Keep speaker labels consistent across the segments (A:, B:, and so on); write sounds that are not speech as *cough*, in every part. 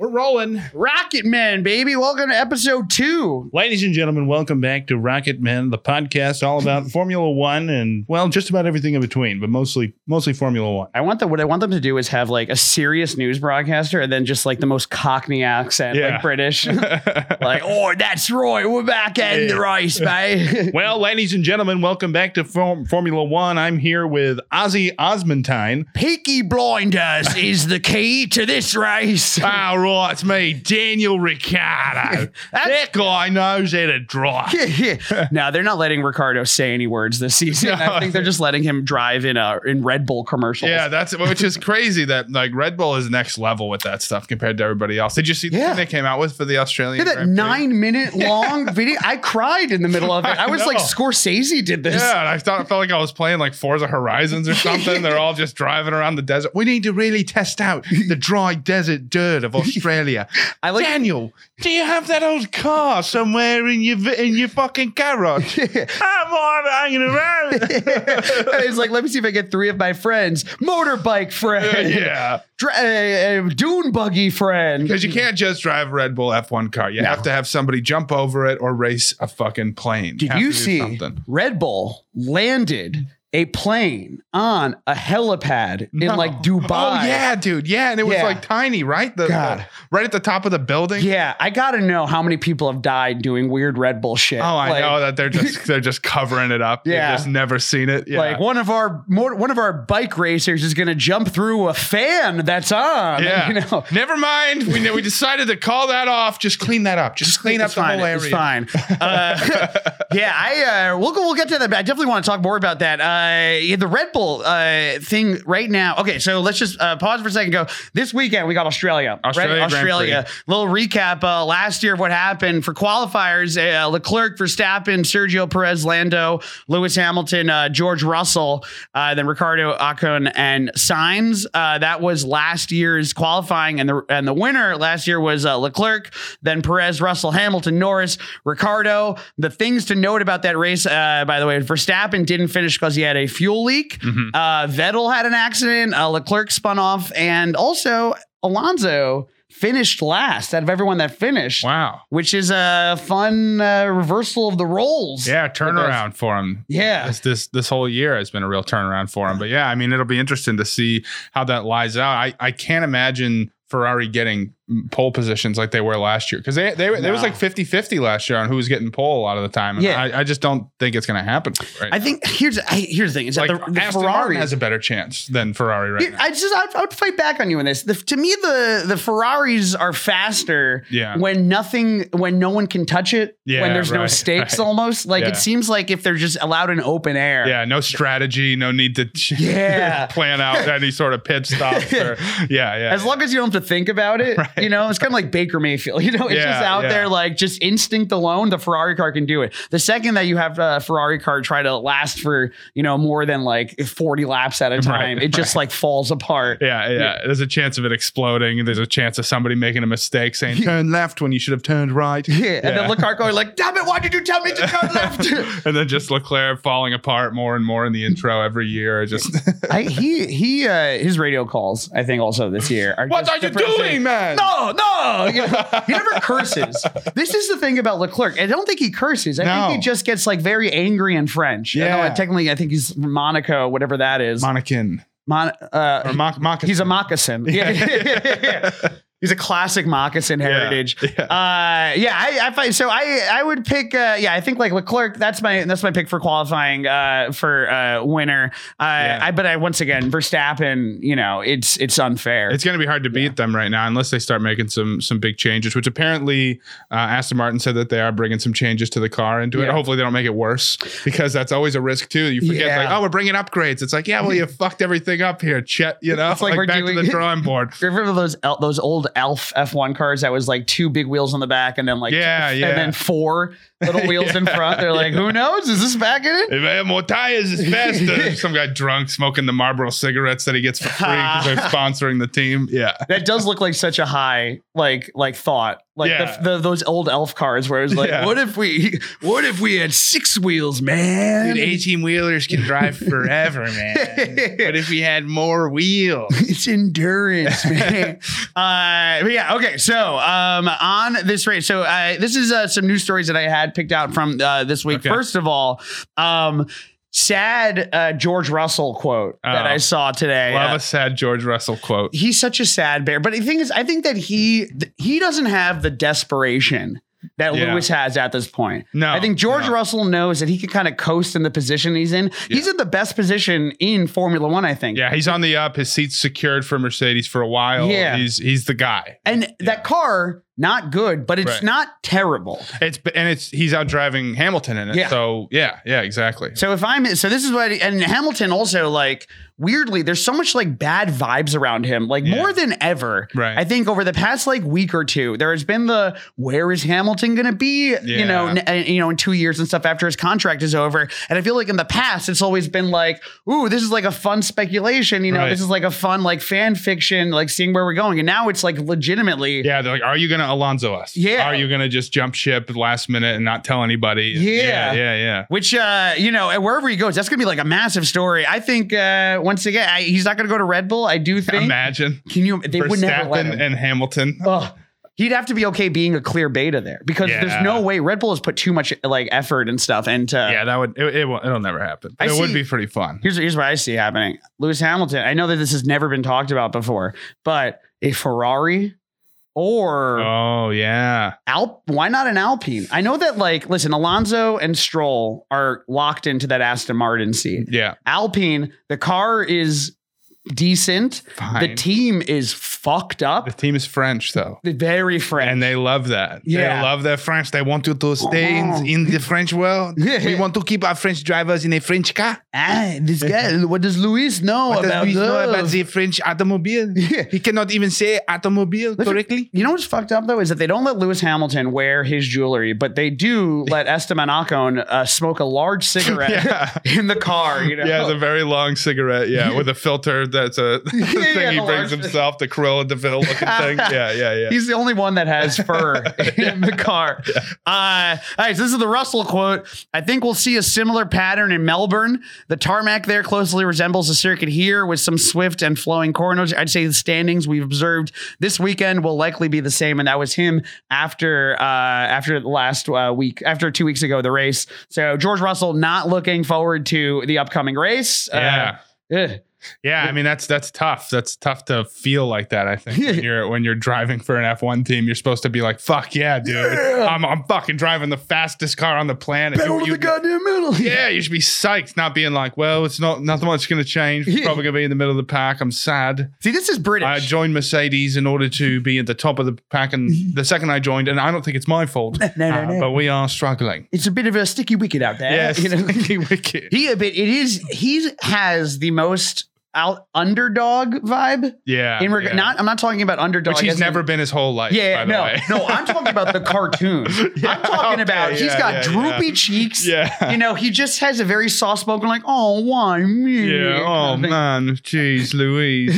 A: We're rolling.
B: Rocket Man, baby. Welcome to episode two.
A: Ladies and gentlemen, welcome back to Rocket Men, the podcast all about
C: *laughs*
A: Formula One and well, just about everything in between, but mostly mostly Formula
C: *laughs*
A: One.
B: I want the what I want them to do is have like a serious news broadcaster and then just like the most cockney accent,
A: Yeah.
B: like British. like, oh, that's right. We're back at
A: Yeah.
B: the
C: *laughs*
B: race, mate.
A: well, ladies and gentlemen, welcome back to Form- Formula One. I'm here with Ozzy Osmentine.
B: Peaky blinders is the key to this race. *laughs*
A: All right, it's me, Daniel Ricciardo. *laughs* that guy knows how to drive.
B: no, they're not letting Ricardo say any words this season. I think they're just letting him drive in a in Red Bull commercials.
C: Yeah, that's
A: *laughs*
C: which is crazy that like Red Bull is next level with that stuff compared to everybody else. Did you see the
B: Yeah.
C: thing they came out with for the
B: Look
C: Australian?
B: at that
C: Grand Prix?
B: nine minute long *laughs* video. I cried in the middle of it. I was like,
C: know.
B: Scorsese did this.
C: Yeah, and I thought felt like I was playing like Forza Horizons or something. They're all just driving around the desert. We need to really test out the dry desert dirt of Australia.
B: I *laughs* like
C: Daniel, do you have that old car somewhere in your vi- in your fucking
B: *laughs*
C: garage? I'm on hanging around.
B: it's like, let me see if I get three of my friends. Motorbike
C: *laughs*
B: friend.
C: yeah,
B: Dra- uh, uh, dune buggy friend.
C: because you can't just drive a Red Bull F1 car. You have to have somebody jump over it or race a fucking plane.
B: Did
C: Have
B: you
C: to do
B: see
C: something.
B: Red Bull landed a plane on a helipad in
C: No.
B: like Dubai?
C: Oh yeah, dude. Yeah, and it was
B: Yeah.
C: like tiny, right? The,
B: God.
C: the- right at the top of the building.
B: Yeah, I gotta know how many people have died doing weird Red Bull shit.
C: Oh, I
B: Like-
C: know that
B: *laughs*
C: they're just they're just covering it up.
B: Yeah.
C: They've just never seen it. Yeah.
B: Like *laughs* one of our more, one of our bike racers is gonna jump through a fan that's on. *laughs*
C: yeah.
B: you know.
C: Never mind. We we decided to call that off. Just clean that up. Just, clean up
B: It's
C: the
B: fine.
C: whole area.
B: It's fine. *laughs* Uh, yeah, I uh, we'll go, we'll get to that. But I definitely want to talk more about that. Uh, yeah, the Red Bull uh, thing right now. Okay, so let's just uh, pause for a second. And go this weekend. We got Australia.
C: Australia Grand
B: Australia. Little recap. Uh, last year of what happened for qualifiers: uh, Leclerc, Verstappen, Sergio Perez, Lando, Lewis Hamilton, uh, George Russell, uh, then Ricardo Acon and Signs. Uh, that was last year's qualifying, and the and the winner last year was uh, Leclerc, then Perez, Russell, Hamilton, Norris, Ricardo. The things to note about that race, uh, by the way, Verstappen didn't finish because he had a fuel leak.
C: Mm-hmm.
B: Uh, Vettel had an accident. Uh, Leclerc spun off, and also Alonso finished last out of everyone that finished,
C: Wow.
B: which is a fun uh, reversal of the roles.
C: Yeah, turnaround for him.
B: Yeah.
C: This, this this whole year has been a real turnaround for him. But yeah, I mean, it'll be interesting to see how that lies out. I, I can't imagine Ferrari getting pole positions like they were last year because they they there was
B: No.
C: like 50-50 last year on who was getting pole a lot of the time. And
B: Yeah.
C: I, I just don't think it's going to happen. Right
B: I think here's I, here's the thing is
C: now.
B: that
C: like
B: the, the
C: Aston
B: Ferrari
C: Martin has a better chance than Ferrari right now.
B: I just I, I would fight back on you on this. The, to me, the the Ferraris are faster
C: Yeah.
B: when nothing when no one can touch it
C: Yeah,
B: when there's no
C: right, *laughs*
B: stakes
C: right.
B: almost like
C: Yeah.
B: it seems like if they're just allowed in open air.
C: Yeah, no strategy, no need to *laughs*
B: Yeah.
C: plan out
B: *laughs*
C: any sort of pit stops or yeah, yeah.
B: As long as you don't have to think
C: *laughs*
B: about it, you know, it's kind of like Baker Mayfield. *laughs* You know, it's just
C: Yeah,
B: out
C: yeah.
B: there, like just instinct alone. The Ferrari car can do it. The second that you have a Ferrari car try to last for, you know, more than like 40 laps at a time, it just like falls apart.
C: yeah, yeah, There's a chance of it exploding. There's a chance of somebody making a mistake saying turn left when you should have turned right.
B: Yeah. *laughs* And
C: *laughs*
B: then Leclerc going like, damn it, why did you tell me to turn left?
C: and then just Leclerc falling apart more and more in the intro every year.
B: *laughs*
C: Just
B: I, he he uh, his radio calls I think also this year. Are
C: what
B: just
C: are you
B: different
C: doing,
B: things.
C: man?
B: No, no.
C: *laughs*
B: You know, he never curses. This is the thing about Leclerc. I don't think he curses. I
C: No.
B: think he just gets like very angry in French. I know,
C: Yeah.
B: technically, I think he's from Monaco, whatever that is.
C: Monacan
B: Mon- uh,
C: or mock mock.
B: he's a moccasin. Yeah. *laughs* he's a classic moccasin heritage.
C: yeah.
B: Uh, yeah, I, I find so I I would pick uh, yeah I think like Leclerc that's my that's my pick for qualifying uh, for uh, winner. Uh,
C: Yeah.
B: I but I once again Verstappen you know it's it's unfair.
C: It's going to be hard to beat them right now unless they start making some some big changes. Which apparently uh, Aston Martin said that they are bringing some changes to the car into it.
B: Yeah.
C: Hopefully they don't make it worse because that's always a risk too. You forget
B: Yeah.
C: like oh we're bringing upgrades. It's like yeah *laughs* well you fucked everything up here, Chet. You know
B: It's like we're
C: back
B: doing-
C: to the drawing *laughs* board.
B: Remember those el- those old Elf F one cars that was like two big wheels on the back and then like
C: Yeah,
B: and
C: yeah.
B: then four
C: *laughs*
B: little wheels in front. They're like, who knows? Is this back in it?
C: If I have more tires, it's *laughs* faster. Some guy drunk smoking the Marlboro cigarettes that he gets for free because *laughs* they're sponsoring the team. Yeah.
B: That does look like such a high, like, like thought, like
C: Yeah.
B: the, the, those old elf cars where it's like,
C: Yeah.
B: what if we, *laughs* what if we had six wheels, man?
C: wheelers can *laughs* drive forever, man. if we had more wheels,
B: it's *laughs* endurance, man. uh, but yeah, okay. So um, on this race, so uh, this is uh, some news stories that I had picked out from uh, this week.
C: Okay.
B: First of all, um, sad uh, George Russell quote that
C: Oh.
B: I saw today.
C: love
B: Uh,
C: a sad George Russell quote.
B: he's such a sad bear. But the thing is, I think that he th- he doesn't have the desperation that
C: Yeah.
B: Lewis has at this point.
C: No,
B: I think George
C: no.
B: Russell knows that he can kind of coast in the position he's in. He's in the best position in Formula One, I think.
C: Yeah, he's on the up. His seat's secured for Mercedes for a while.
B: Yeah.
C: he's he's the guy.
B: And
C: Yeah.
B: that car, not good, but it's
C: Right.
B: not terrible.
C: It's and it's he's out driving Hamilton in it.
B: Yeah.
C: So yeah, yeah, exactly.
B: So if I'm so this is what and Hamilton also like weirdly there's so much like bad vibes around him like
C: Yeah.
B: more than ever.
C: Right.
B: I think over the past like week or two there has been the where is Hamilton going to be you know
C: Yeah.
B: n- and, you know in 2 years and stuff after his contract is over and I feel like in the past it's always been like ooh this is like a fun speculation you know
C: Right.
B: this is like a fun like fan fiction like seeing where we're going and now it's like legitimately
C: Yeah, they're like, are you going to Alonso us?
B: Yeah.
C: Are you going to just jump ship last minute and not tell anybody?
B: Yeah.
C: yeah, yeah. yeah.
B: Which, uh, you know, and wherever he goes, that's going to be like a massive story. I think, uh, once again, I, he's not going to go to Red Bull. I do think.
C: Imagine
B: Can you? They would never let
C: Verstappen
B: him.
C: and Hamilton.
B: Ugh. he'd have to be okay being a clear beta there because
C: Yeah.
B: there's no way Red Bull has put too much like effort and stuff. And uh,
C: Yeah, that would it. it will, it'll never happen.
B: I
C: it would
B: see-
C: be pretty fun.
B: here's here's what I see happening. Lewis Hamilton. I know that this has never been talked about before, but a Ferrari or
C: Oh yeah,
B: Alp, why not an Alpine? I know that like listen, Alonso and Stroll are locked into that Aston Martin seat.
C: yeah.
B: Alpine, the car is decent.
C: Fine.
B: The
C: The,
B: team is fucked up.
C: team is French though,
B: *laughs* They're Very French.
C: and they love that.
B: Yeah. Oh.
C: they love their French. They want you to stay in, in the French world.
B: *laughs* Yeah.
C: We want to keep our French drivers in a French car.
B: ah,
C: *laughs*
B: this guy, what does Luis know
C: What does
B: about
C: we know about
B: love?
C: the French automobile?
B: *laughs* Yeah.
C: He cannot even say automobile
B: Listen-
C: correctly.
B: You know what's fucked up though is that they don't let Lewis Hamilton wear his jewelry, but
C: *laughs*
B: they do let Esteban Ocon uh, smoke a large cigarette
C: Yeah.
B: *laughs* in the car. You know,
C: Yeah, it's a very long cigarette. Yeah, with a filter that's a *laughs* thing
B: *laughs* yeah, the
C: he
B: large-
C: brings himself, the Cruella Deville
B: *laughs*
C: looking thing. Yeah, yeah, yeah.
B: He's the only one that
C: *laughs*
B: has fur *laughs* in the car. Uh, all right, so this is the Russell quote. I think we'll see a similar pattern in Melbourne. The tarmac there closely resembles the circuit here with some swift and flowing corners. I'd say the standings we've observed this weekend will likely be the same. And that was him after uh, after the last uh, week, after two weeks ago, the race. So George Russell not looking forward to the upcoming race.
C: yeah.
B: Uh, ugh.
C: Yeah, I mean that's that's tough. That's tough to feel like that. I think
B: *laughs*
C: when you're when you're driving for an F1 team, you're supposed to be like, "Fuck yeah, dude! I'm I'm fucking driving the fastest car on the planet." You- you-
B: goddamn middle.
C: yeah, you should be psyched, not being like, "Well, it's not nothing much going to change. We're
B: *laughs* Yeah.
C: probably going to be in the middle of the pack. I'm sad."
B: See, this is British.
C: I joined Mercedes in order to be at the top of the pack,
B: *laughs*
C: and the second I joined, and I don't think it's my fault,
B: no, no,
C: uh,
B: no.
C: but we are struggling.
B: it's a bit of a sticky wicket out there.
C: Yes,
B: You know?
C: *laughs* wicked.
B: he a bit it is he has the most out underdog vibe
C: Yeah,
B: in
C: Uh,
B: reg-
C: yeah.
B: not I'm not talking about underdog.
C: which he's
B: as in-
C: never been his whole life.
B: yeah,
C: by the
B: no,
C: way.
B: no. I'm talking about the cartoon.
C: Yeah,
B: I'm talking
C: okay,
B: about he's
C: yeah,
B: got
C: yeah,
B: droopy
C: yeah. *laughs*
B: cheeks.
C: Yeah.
B: you know, he just has a very soft spoken, like, oh, why me?
C: Yeah. *laughs* Oh
B: kind of thing.
C: man. Jeez, Louise.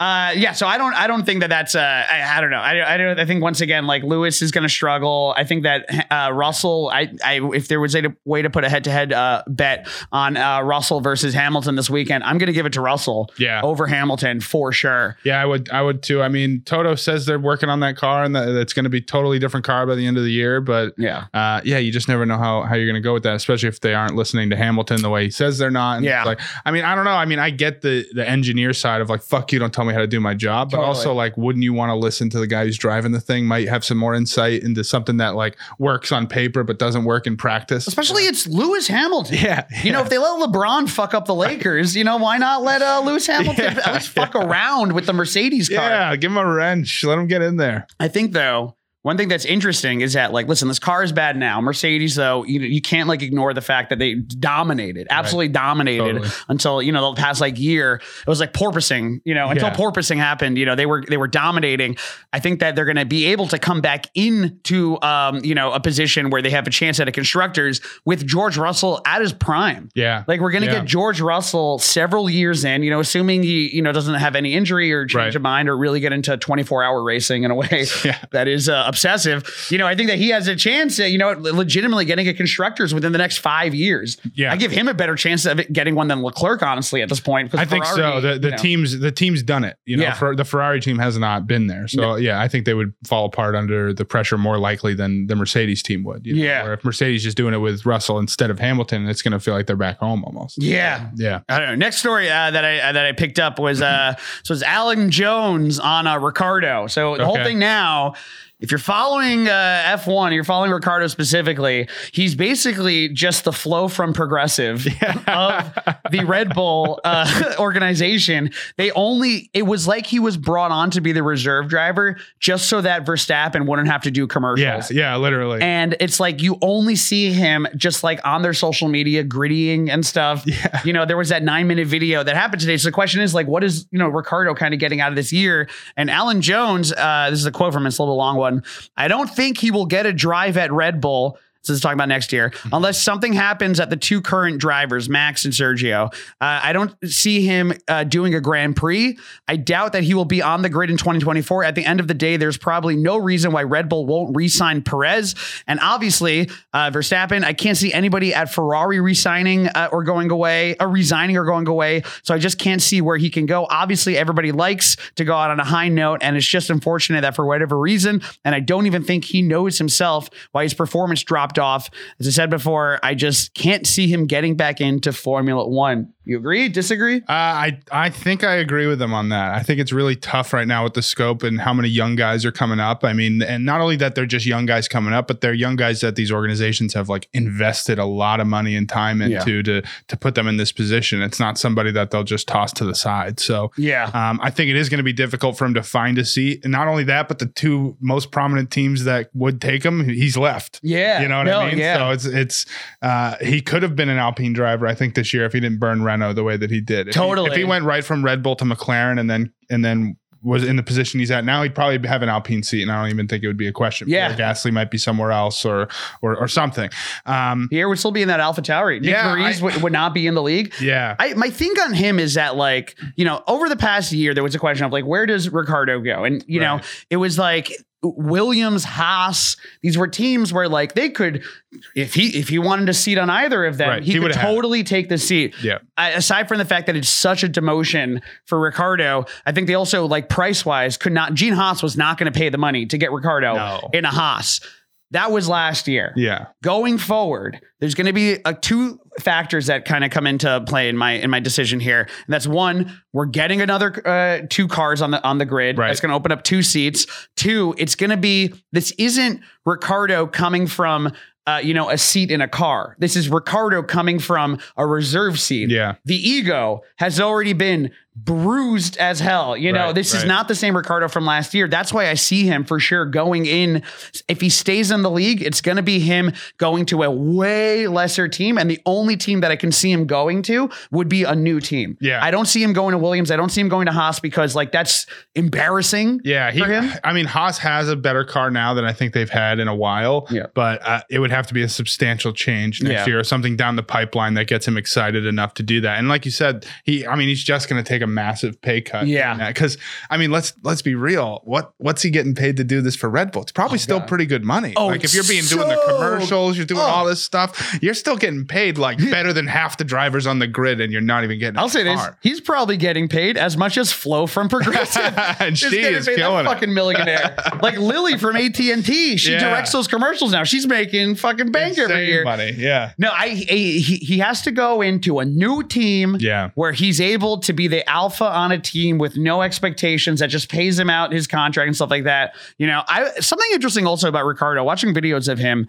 B: uh, yeah. So I don't, I don't think that that's, uh, I, I don't know. I, I don't, I think once again, like Lewis is going to struggle. I think that, uh, Russell, I, I, if there was a way to put a head to head, uh, bet on, uh, Russell versus Hamilton this weekend, I'm going to give it to Russell
C: Yeah.
B: over Hamilton for sure.
C: Yeah, I would. I would too. I mean, Toto says they're working on that car, and that it's going to be totally different car by the end of the year. But
B: Yeah.
C: uh, yeah, you just never know how how you're going to go with that, especially if they aren't listening to Hamilton the way he says they're not. And it's
B: Yeah.
C: Like, I mean, I don't know. I mean, I get the the engineer side of like, fuck you, don't tell me how to do my job. But
B: Totally.
C: also, like, wouldn't you want to listen to the guy who's driving the thing? Might have some more insight into something that like works on paper but doesn't work in practice.
B: *laughs* Especially it's Lewis Hamilton.
C: *laughs* Yeah.
B: You know, *laughs* if they let LeBron fuck up the Lakers, you know, why not let uh,
C: *laughs*
B: Lewis Hamilton at least fuck around with the Mercedes car?
C: Yeah, give him a wrench. Let him get in there.
B: I think though, One thing that's interesting is that, like, listen, this car is bad now. Mercedes, though, you, you can't like ignore the fact that they dominated, absolutely dominated
C: Totally.
B: until you know the past like year. It was like porpoising, you know, until
C: Yeah.
B: porpoising happened. You know, they were they were dominating. I think that they're going to be able to come back into um, you know a position where they have a chance at a constructors with George Russell at his prime.
C: Yeah.
B: Like we're gonna
C: Yeah.
B: get George Russell several years in, you know, assuming he you know doesn't have any injury or change
C: Right.
B: of mind or really get into 24 hour racing in a way
C: *laughs* Yeah.
B: that is uh, obsessive. You know, I think that he has a chance at you know legitimately getting a constructors within the next five years.
C: Yeah.
B: I give him a better chance of it getting one than Leclerc, honestly, at this point. because
C: I think so.
B: Ferrari,
C: The the
B: you know.
C: teams the team's done it. You know,
B: Yeah.
C: for, the Ferrari team has not been there. So yeah, I think they would fall apart under the pressure more likely than the Mercedes team would. you know,
B: Yeah.
C: Where if Mercedes is doing it with Russell instead of Hamilton, it's going to feel like they're back home almost.
B: Yeah.
C: Yeah.
B: I don't know. Next story uh, that I uh, that I picked up was uh, so it's Alan Jones on uh, Ricardo. So the whole
C: Okay.
B: thing now, if you're following uh, F1, you're following Ricardo specifically. He's basically just the flow
C: *laughs*
B: from progressive of the Red Bull uh, *laughs* organization. They only it was like he was brought on to be the reserve driver just so that Verstappen wouldn't have to do commercials.
C: Yeah. Yeah. Literally.
B: And it's like you only see him just like on their social media grittying and stuff.
C: Yeah.
B: You know, there was that nine minute video that happened today. So the question is like, what is, you know, Ricardo kind of getting out of this year? And Alan Jones, uh, this is a quote from him, it's a little long one. I don't think he will get a drive at Red Bull. So this is talking about next year, unless something happens at the two current drivers, Max and Sergio. Uh, I don't see him uh, doing a Grand Prix. I doubt that he will be on the grid in 2024. At the end of the day, there's probably no reason why Red Bull won't re-sign Perez, and obviously uh, Verstappen. I can't see anybody at Ferrari re-signing uh, or going away, or resigning or going away. So I just can't see where he can go. Obviously, everybody likes to go out on a high note, and it's just unfortunate that for whatever reason, and I don't even think he knows himself why his performance dropped off. As I said before, I just can't see him getting back into Formula One. You agree? Disagree?
C: Uh, I I think I agree with them on that. I think it's really tough right now with the scope and how many young guys are coming up. I mean, and not only that they're just young guys coming up, but they're young guys that these organizations have like invested a lot of money and time
B: Yeah.
C: into to to put them in this position. It's not somebody that they'll just toss to the side. So
B: Yeah.
C: um, I think it is going to be difficult for him to find a seat. And not only that, but the two most prominent teams that would take him, he's left.
B: Yeah.
C: You know what
B: No,
C: I mean?
B: Yeah.
C: So it's it's uh, he could have been an Alpine driver, I think, this year if he didn't burn Renault the way that he did. If he-
B: Totally.
C: if he went right from Red Bull to McLaren and then and then was in the position he's at now, he'd probably have an Alpine seat, and I don't even think it would be a question.
B: Yeah.
C: Pierre Gasly might be somewhere else or or or something. Um,
B: Pierre would still be in that Alpha Tower. Nick
C: Yeah,
B: Verriz
C: I-
B: would, would not be in the league.
C: yeah.
B: I, my thing on him is that like you know over the past year there was a question of like where does Ricardo go and you know
C: Right.
B: it was like Williams Haas these were teams where like they could if he if he wanted a seat on either of them
C: Right. He
B: he, could
C: would've had it.
B: totally take the seat
C: yeah.
B: I, aside from the fact that it's such a demotion for Ricardo, I think they also like price wise could not. Gene Haas was not going to pay the money to get Ricardo
C: No.
B: in a Haas. That was last year.
C: Yeah.
B: Going forward, there's going to be uh two factors that kind of come into play in my in my decision here. And that's one, we're getting another uh, two cars on the on the grid.
C: Right.
B: That's going to open up two seats. Two, it's going to be this isn't Ricardo coming from. Uh, you know, a seat in a car. This is Ricardo coming from a reserve seat
C: Yeah.
B: the ego has already been bruised as hell. You know,
C: Right,
B: this is
C: right.
B: not the same Ricardo from last year. That's why I see him for sure going in. If he stays in the league, it's going to be him going to a way lesser team. And the only team that I can see him going to would be a new team.
C: Yeah.
B: I don't see him going to Williams. I don't see him going to Haas because, like, that's embarrassing.
C: Yeah, he.
B: for him?
C: I mean, Haas has a better car now than I think they've had in a while.
B: Yeah.
C: but uh, it would have to be a substantial change next
B: Yeah.
C: year or something down the pipeline that gets him excited enough to do that. And like you said, he. I mean, he's just going to take a massive pay cut.
B: Yeah.
C: because I mean, let's let's be real. What what's he getting paid to do this for Red Bull? It's probably still
B: Oh, God.
C: pretty good money.
B: Oh,
C: like if you're being doing
B: so-
C: the commercials, you're doing
B: Oh.
C: all this stuff, you're still getting paid like better than half the drivers on the grid, and you're not even getting.
B: I'll
C: a
B: say this:
C: car. *laughs*
B: he's probably getting paid as much as Flo from Progressive.
C: And
B: Just
C: she
B: getting
C: is
B: paid that
C: killing it.
B: fucking
C: *laughs*
B: millionaire. like Lily from AT and T, she
C: Yeah.
B: directs those commercials now. She's making fucking bank every
C: Insane
B: year.
C: money. Yeah,
B: No, I, I- he he has to go into a new team.
C: yeah.
B: Where he's able to be the alpha on a team with no expectations that just pays him out his contract and stuff like that. You know, I something interesting also about Ricardo, watching videos of him,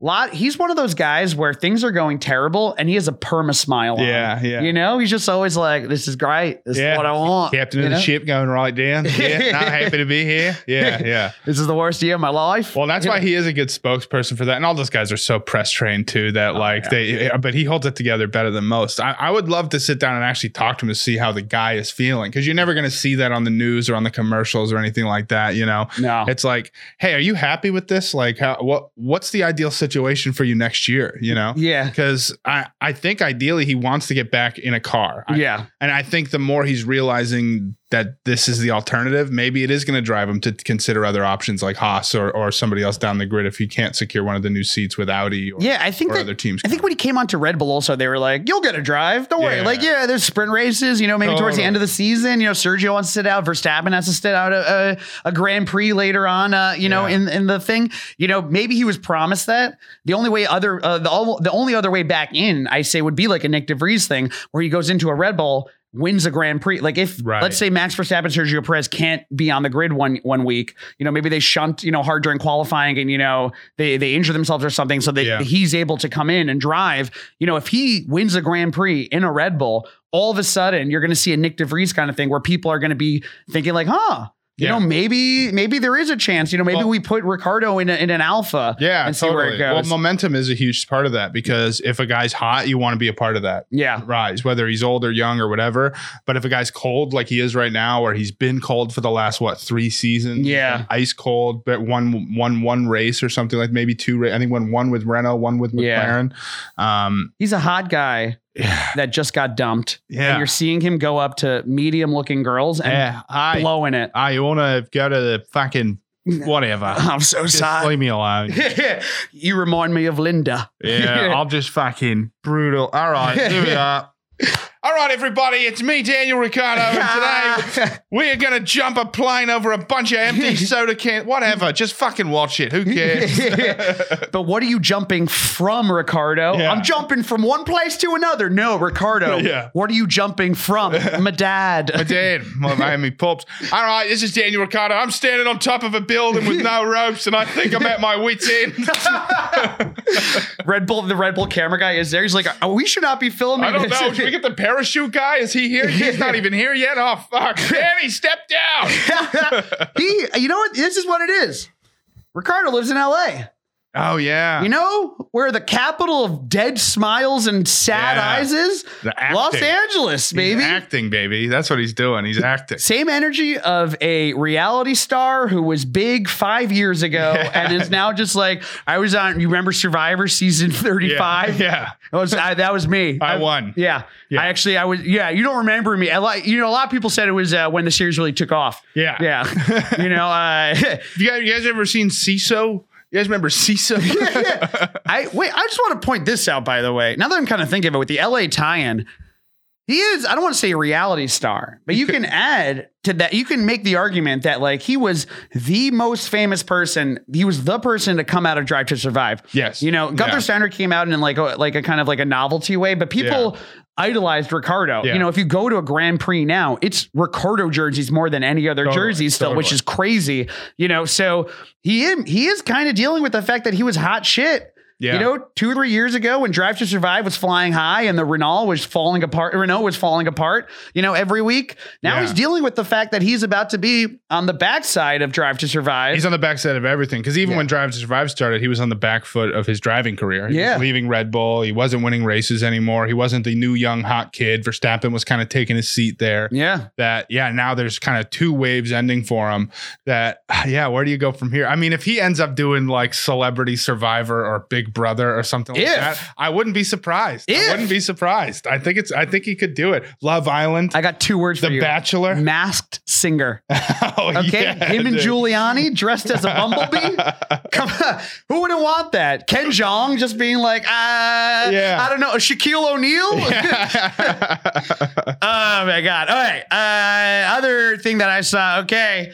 B: lot he's one of those guys where things are going terrible and he has a perma smile on.
C: Yeah, yeah.
B: You know, he's just always like, This is great. This
C: Yeah.
B: is what I want.
C: Captain
B: you
C: of the
B: know?
C: ship going right
B: *laughs*
C: down. Yeah, not happy to be here. Yeah, yeah.
B: This is the worst year of my life.
C: Well, that's
B: You
C: why
B: know?
C: he is a good spokesperson for that. And all those guys are so press trained too that like
B: Oh, yeah.
C: they, but he holds it together better than most. I, I would love to sit down and actually talk to him to see how the guy is feeling because you're never going to see that on the news or on the commercials or anything like that. You know,
B: No.
C: it's like, hey, are you happy with this? Like, how what what's the ideal situation for you next year? You know.
B: Yeah.
C: Because I, I think ideally he wants to get back in a car. I-
B: yeah.
C: and I think the more he's realizing that this is the alternative, maybe it is going to drive him to consider other options like Haas or, or somebody else down the grid if he can't secure one of the new seats with Audi or,
B: Yeah. I think
C: or
B: that
C: other teams.
B: I think when he came onto Red Bull, also they were like, "You'll get a drive, don't worry."
C: Yeah.
B: Like, yeah, there's sprint races, you know, maybe towards the
C: Totally.
B: end of the season, you know, Sergio wants to sit out, Verstappen has to sit out a, a, a Grand Prix later on, uh, you know,
C: Yeah.
B: in in the thing, you know, maybe he was promised that. The only way other uh, the all, the only other way back in, I say, would be like a Nick De Vries thing, where he goes into a Red Bull. Wins a Grand Prix, like if
C: Right.
B: let's say Max Verstappen, Sergio Perez can't be on the grid one one week, you know maybe they shunt you know hard during qualifying and you know they they injure themselves or something, so they
C: Yeah.
B: he's able to come in and drive. You know, if he wins a Grand Prix in a Red Bull, all of a sudden you're going to see a Nick DeVries kind of thing where people are going to be thinking like, huh, you
C: Yeah.
B: know, maybe maybe there is a chance. You know, maybe
C: Well-
B: we put Ricardo in, a, in an alpha.
C: yeah,
B: and see
C: totally.
B: where it
C: Well,
B: goes.
C: momentum is a huge part of that because if a guy's hot, you want to be a part of that
B: Yeah.
C: rise, whether he's old or young or whatever. But if a guy's cold like he is right now, or he's been cold for the last what three seasons,
B: Yeah.
C: ice cold, but one one one race or something like maybe two. ra- I think one one with Renault, one with
B: Yeah.
C: McLaren. Um,
B: He's a hot guy
C: yeah,
B: that just got dumped. And
C: yeah,
B: you're seeing him go up to medium looking girls and
C: yeah. I
B: blowing it. *laughs*
C: I want to go to the fucking whatever.
B: I'm so
C: Just
B: sorry.
C: leave me
B: *laughs*
C: alone.
B: you remind me of Linda.
C: Yeah, I'll just fucking brutal. All right, here
B: *laughs*
C: we are. All right, everybody, it's me, Daniel Ricardo, and
B: *laughs*
C: today we are going to jump a plane over a bunch of empty soda cans. Whatever, just fucking watch it. Who
B: *laughs*
C: cares? *laughs*
B: But what are you jumping from, Ricardo?
C: Yeah.
B: I'm jumping from one place to another. No,
C: *laughs*
B: Ricardo.
C: Yeah.
B: What are you
C: *laughs*
B: jumping from? My dad.
C: My dad, my Miami pops. All right, this is Daniel Ricardo. I'm standing on top of a building
B: *laughs*
C: with no ropes, and I think I'm at my wits' end.
B: Red Bull, the Red Bull camera guy is there. He's like, oh, we should not be filming.
C: I don't
B: this." *laughs*
C: know. Did we get the parachute guy? Is he here? He's *laughs* not even here yet. Oh *laughs* fuck! Danny, step down.
B: he, you know what? This is what it is. Ricardo lives in LA.
C: Oh yeah.
B: You know where the capital of dead smiles and sad
C: Yeah.
B: eyes is?
C: The
B: Los
C: acting.
B: Angeles, baby.
C: He's acting, baby. That's what he's doing. He's
B: *laughs*
C: acting.
B: Same energy of a reality star who was big five years ago and is now just like I was on. You remember Survivor season
C: Yeah.
B: thirty-five?
C: Yeah.
B: That was I, that was me.
C: I won.
B: Yeah.
C: Yeah.
B: I actually I was yeah. You don't remember me? A lot, you know, a lot of people said it was uh, when the series really took off.
C: Yeah.
B: Yeah. *laughs* you know, uh,
C: Have You guys, you guys ever seen CISO? You guys remember
B: *laughs*
C: CISO?
B: I wait. I just want to point this out, by the way. Now that I'm kind of thinking of it with the LA tie-in, he is. I don't want to say a reality star, but you can add to that. You can make the argument that like he was the most famous person. He was the person to come out of Drive to Survive.
C: Yes.
B: You know, Gunther
C: Yeah.
B: Steiner came out in like a, like a kind of like a novelty way, but people. Idolized Ricardo.
C: Yeah.
B: You know, if you go to a Grand Prix now, it's Ricardo jerseys more than any other
C: Totally,
B: jerseys still, which
C: totally.
B: is crazy. You know, so he is, he is kind of dealing with the fact that he was hot shit.
C: *laughs* Yeah.
B: You know, two or three years ago when Drive to Survive was flying high and the Renault was falling apart, Renault was falling apart, you know, every week. Now
C: Yeah.
B: he's dealing with the fact that he's about to be on the backside of Drive to Survive.
C: He's on the backside of everything because even
B: Yeah.
C: when Drive to Survive started, he was on the back foot of his driving career. He was
B: Yeah.
C: leaving Red Bull, he wasn't winning races anymore. He wasn't the new young hot kid. Verstappen was kind of taking his seat there.
B: yeah.
C: That yeah, now there's kind of two waves ending for him. That *sighs* yeah, where do you go from here? I mean, if he ends up doing like Celebrity Survivor or Big Brother or something like
B: If.
C: that, I wouldn't be surprised.
B: If.
C: I wouldn't be surprised. I think it's I think he could do it. Love Island,
B: I got two words for
C: The
B: you.
C: Bachelor.
B: Masked singer.
C: *laughs* oh,
B: Okay. Him and
C: dude. *laughs*
B: Giuliani dressed as a bumblebee. Come on. Who wouldn't want that? Ken Jong just being like, uh,
C: Yeah.
B: I don't know, Shaquille O'Neal? Oh my god! All right. Uh, other thing that I saw. Okay,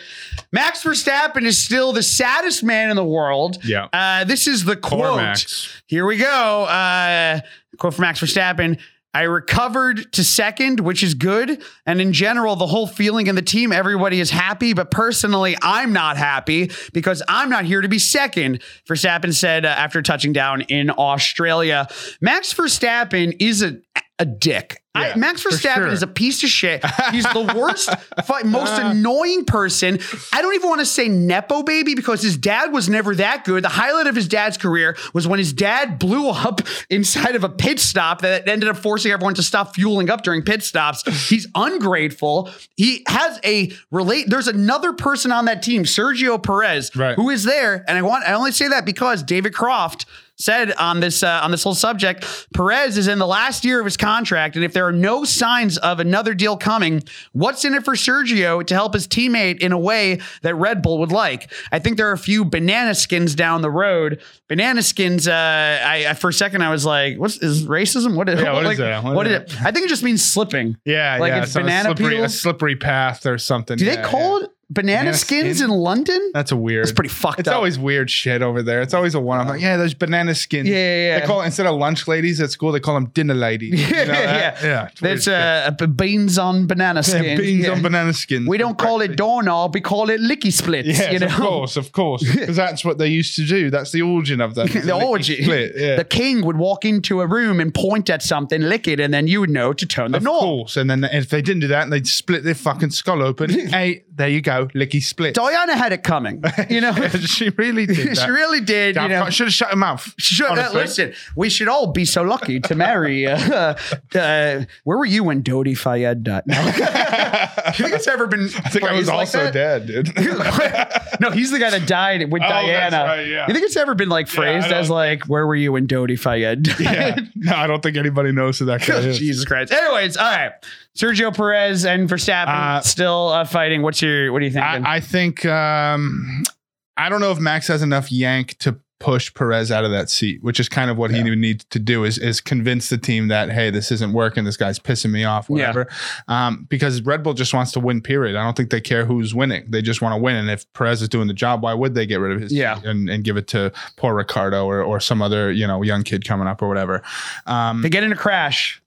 B: Max Verstappen is still the saddest man in the world.
C: Yeah.
B: Uh, this is the
C: Poor
B: quote.
C: Max.
B: Here we go. Uh, quote from Max Verstappen. I recovered to second, which is good. And in general, the whole feeling in the team, everybody is happy. But personally, I'm not happy because I'm not here to be second, Verstappen said uh, after touching down in Australia. Max Verstappen is a, a dick. I,
C: Yeah,
B: Max
C: for
B: Verstappen
C: sure.
B: is a piece of shit. He's
C: *laughs*
B: the worst, fi- most annoying person. I don't even want to say Nepo baby because his dad was never that good. The highlight of his dad's career was when his dad blew up inside of a pit stop that ended up forcing everyone to stop fueling up during pit stops. He's ungrateful. He has a relate. There's another person on that team, Sergio Perez,
C: Right.
B: who is there. And I want, I only say that because David Croft said on this uh, on this whole subject Perez is in the last year of his contract and if there are no signs of another deal coming what's in it for Sergio to help his teammate in a way that Red Bull would like I think there are a few banana skins down the road banana skins uh, I, I for a second I was like what's is racism what is,
C: Yeah, what is
B: like,
C: that? What
B: what is
C: is
B: it? I think it just means slipping
C: Yeah,
B: Like
C: yeah.
B: it's
C: so a
B: banana
C: slippery, a
B: peels?
C: slippery path or something.
B: do
C: Yeah,
B: they
C: yeah.
B: call it banana,
C: Banana
B: skins
C: skin?
B: in London
C: That's a weird.
B: it's pretty fucked
C: It's
B: up
C: always weird shit over there. It's always a one. I'm like, yeah, there's banana skins.
B: Uh-huh. Yeah, yeah, yeah.
C: They call instead of lunch ladies at school, they call them dinner ladies.
B: *laughs* Yeah,
C: You know that?
B: yeah.
C: yeah. it's weird
B: that's
C: shit.
B: uh, b- beans on banana
C: Yeah,
B: skins
C: beans
B: Yeah.
C: on banana skins.
B: We don't call it doorknob, we call it licky splits.
C: Yes,
B: you know?
C: of course, of course, because that's what they used to do. That's the origin of that.
B: *laughs* *laughs* The orgy.
C: Split, yeah.
B: The king would walk into a room and point at something, lick it, and then you would know to turn the
C: of
B: knob.
C: course, and then if they didn't do that, they'd split their fucking skull
B: *laughs*
C: open. hey, there you go, licky split. *laughs*
B: Diana had it coming. You know,
C: she really did. That.
B: *laughs* she really did. you know,
C: should have shut her
B: *laughs*
C: mouth. *laughs*
B: Sure, uh,
C: honestly.
B: listen, we should all be so lucky to marry. Uh, *laughs* uh, where were you when Dodi Fayed died? *laughs* No. you think it's ever been?
C: I think I was also dead, dude.
B: *laughs*
C: *laughs*
B: no, he's the guy that died with
C: Oh, that's
B: Diana.
C: right, yeah.
B: You think it's ever been like
C: I
B: phrased as
C: don't-
B: like, "Where were you when Dodi Fayed died?" *laughs*
C: yeah. No, I don't think anybody knows who that guy is.
B: Jesus Christ. Anyways, all right. Sergio Perez and Verstappen
C: Uh,
B: still uh, fighting. What's your what do you thinking?
C: I, I think um, I don't know if Max has enough yank to push Perez out of that seat, which is kind of what he needs to do is is convince the team that hey, this isn't working. This guy's pissing me off,
B: Yeah.
C: whatever. Um, because Red Bull just wants to win. Period. I don't think they care who's winning. They just want to win. And if Perez is doing the job, why would they get rid of his
B: Yeah.
C: seat and, and give it to poor Ricardo or or some other you know young kid coming up or whatever? Um,
B: they get in a crash,